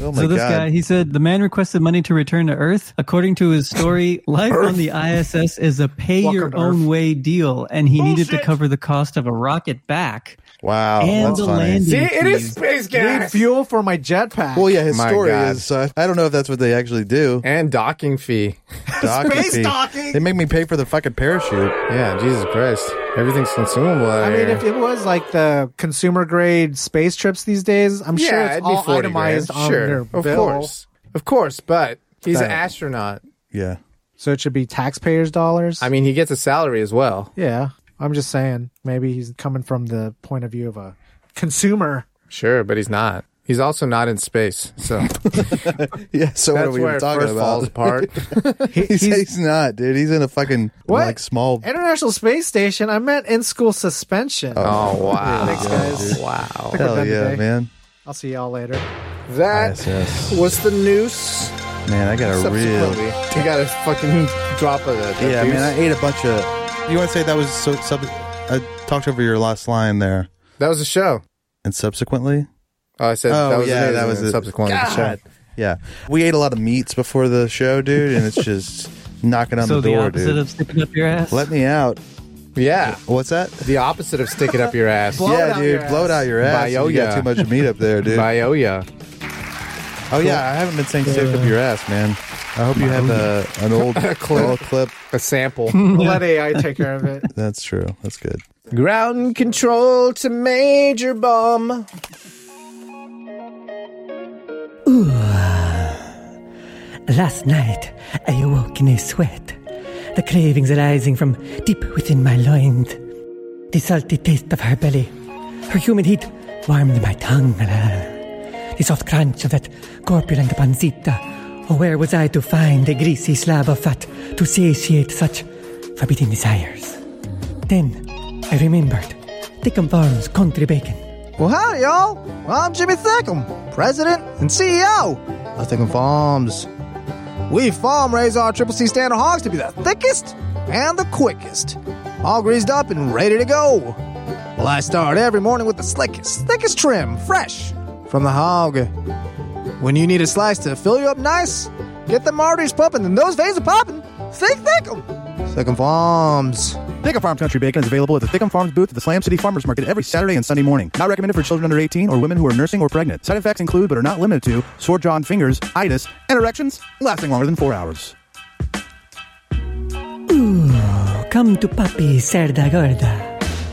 S1: Oh my
S4: so this
S1: god.
S4: guy, he said, the man requested money to return to Earth. According to his story, life on the ISS is a pay
S3: Welcome
S4: your
S3: to
S4: own
S3: Earth.
S4: way deal, and he needed to cover the cost of a rocket back
S1: wow.
S4: and
S1: That's
S4: the
S1: funny.
S4: landing.
S2: See, it is
S4: fees.
S2: space
S3: Need
S2: gas.
S3: fuel for my jetpack.
S1: Well, yeah, his
S2: My
S1: story
S2: God.
S1: is. Uh, I don't know if that's what they actually do.
S2: And docking fee.
S1: Docking
S3: Space
S1: fee.
S3: docking!
S1: They make me pay for the fucking parachute.
S2: Yeah, Jesus Christ. Everything's consumable. out
S3: I mean,
S2: here.
S3: if it was like the consumer grade space trips these days, I'm sure
S2: yeah,
S3: it's
S2: it'd be
S3: all
S2: 40
S3: itemized
S2: grand.
S3: on
S2: sure,
S3: their
S2: of
S3: bill.
S2: course, of course. But he's an
S1: Damn.
S2: astronaut.
S1: Yeah.
S3: So it should be taxpayers' dollars.
S2: I mean, he gets a salary as well.
S3: yeah, I'm just saying. Maybe he's coming from the point of view of a consumer.
S2: Sure, but he's not. He's also not in space, so
S1: Yeah. So what are we
S2: that's
S1: even
S2: where it
S1: talking
S2: first falls
S1: about?
S2: apart.
S3: He-
S1: He's, he's not, dude. He's in a fucking
S3: What?
S1: like small.
S3: International Space Station. I meant in school suspension.
S2: Oh wow!
S3: Thanks, guys.
S2: Wow.
S1: Hell
S3: done
S1: yeah,
S3: today.
S1: man.
S3: I'll see y'all later.
S2: That
S1: ISS.
S2: was the noose.
S1: Man, I got a real.
S2: Subsequently, you got a fucking drop of the, the
S1: Yeah,
S2: deuce.
S1: man. I ate a bunch of. You want to say that was so sub? I talked over your last line there,
S2: that was a show.
S1: and subsequently.
S2: Oh, I said
S1: Oh,
S2: that was
S1: yeah,
S2: the news
S1: that
S2: and
S1: was
S2: then
S1: it.
S2: subsequently the show.
S1: Yeah, we ate a lot of meats before the show, dude, and it's just knocking on
S4: So
S1: the
S4: the,
S1: door,
S4: opposite
S1: dude.
S4: of sticking up your ass.
S1: Let me out.
S2: Yeah,
S1: What's that?
S2: the opposite of stick it up your ass.
S3: Blow it
S1: yeah,
S3: out
S1: dude,
S3: your
S1: blow it
S3: ass.
S1: out your ass. You got
S2: Bioya.
S1: too much meat up there, dude.
S2: Bioya.
S1: Oh yeah, I haven't been saying stick up your ass, man. I hope you have a, an old
S2: clip.
S1: old clip.
S2: A sample.
S3: Let AI take care of it.
S1: That's true. That's good.
S2: Ground control to Major Bum.
S11: Last night, I awoke in a sweat, the cravings arising from deep within my loins. The salty taste of her belly, her humid heat warmed my tongue. The soft crunch of that corpulent pancita Oh,
S4: Where was I to find a greasy slab of fat to satiate such forbidden desires? Then I remembered Thickum Farms country bacon.
S2: Well, howdy, y'all. Well, I'm Jimmy Thickum, president and CEO of Thickum Farms. We farm raise our Triple C standard hogs to be the thickest and the quickest, all greased up and ready to go. Well, I start every morning with the slickest, thickest trim, fresh from the hog. When you need a slice to fill you up nice, get them arteries pumping and those veins are popping. Think Thickum. Thickum Farms.
S12: Thickum Farms Country Bacon is available at the Thickum Farms booth at the Slam City Farmers Market every Saturday and Sunday morning. Not recommended for children under 18 or women who are nursing or pregnant. Side effects include, but are not limited to, sore jaw and fingers, itis, and erections lasting longer than four hours.
S11: Oh,
S4: Ooh, come to Papi Cerda Gorda.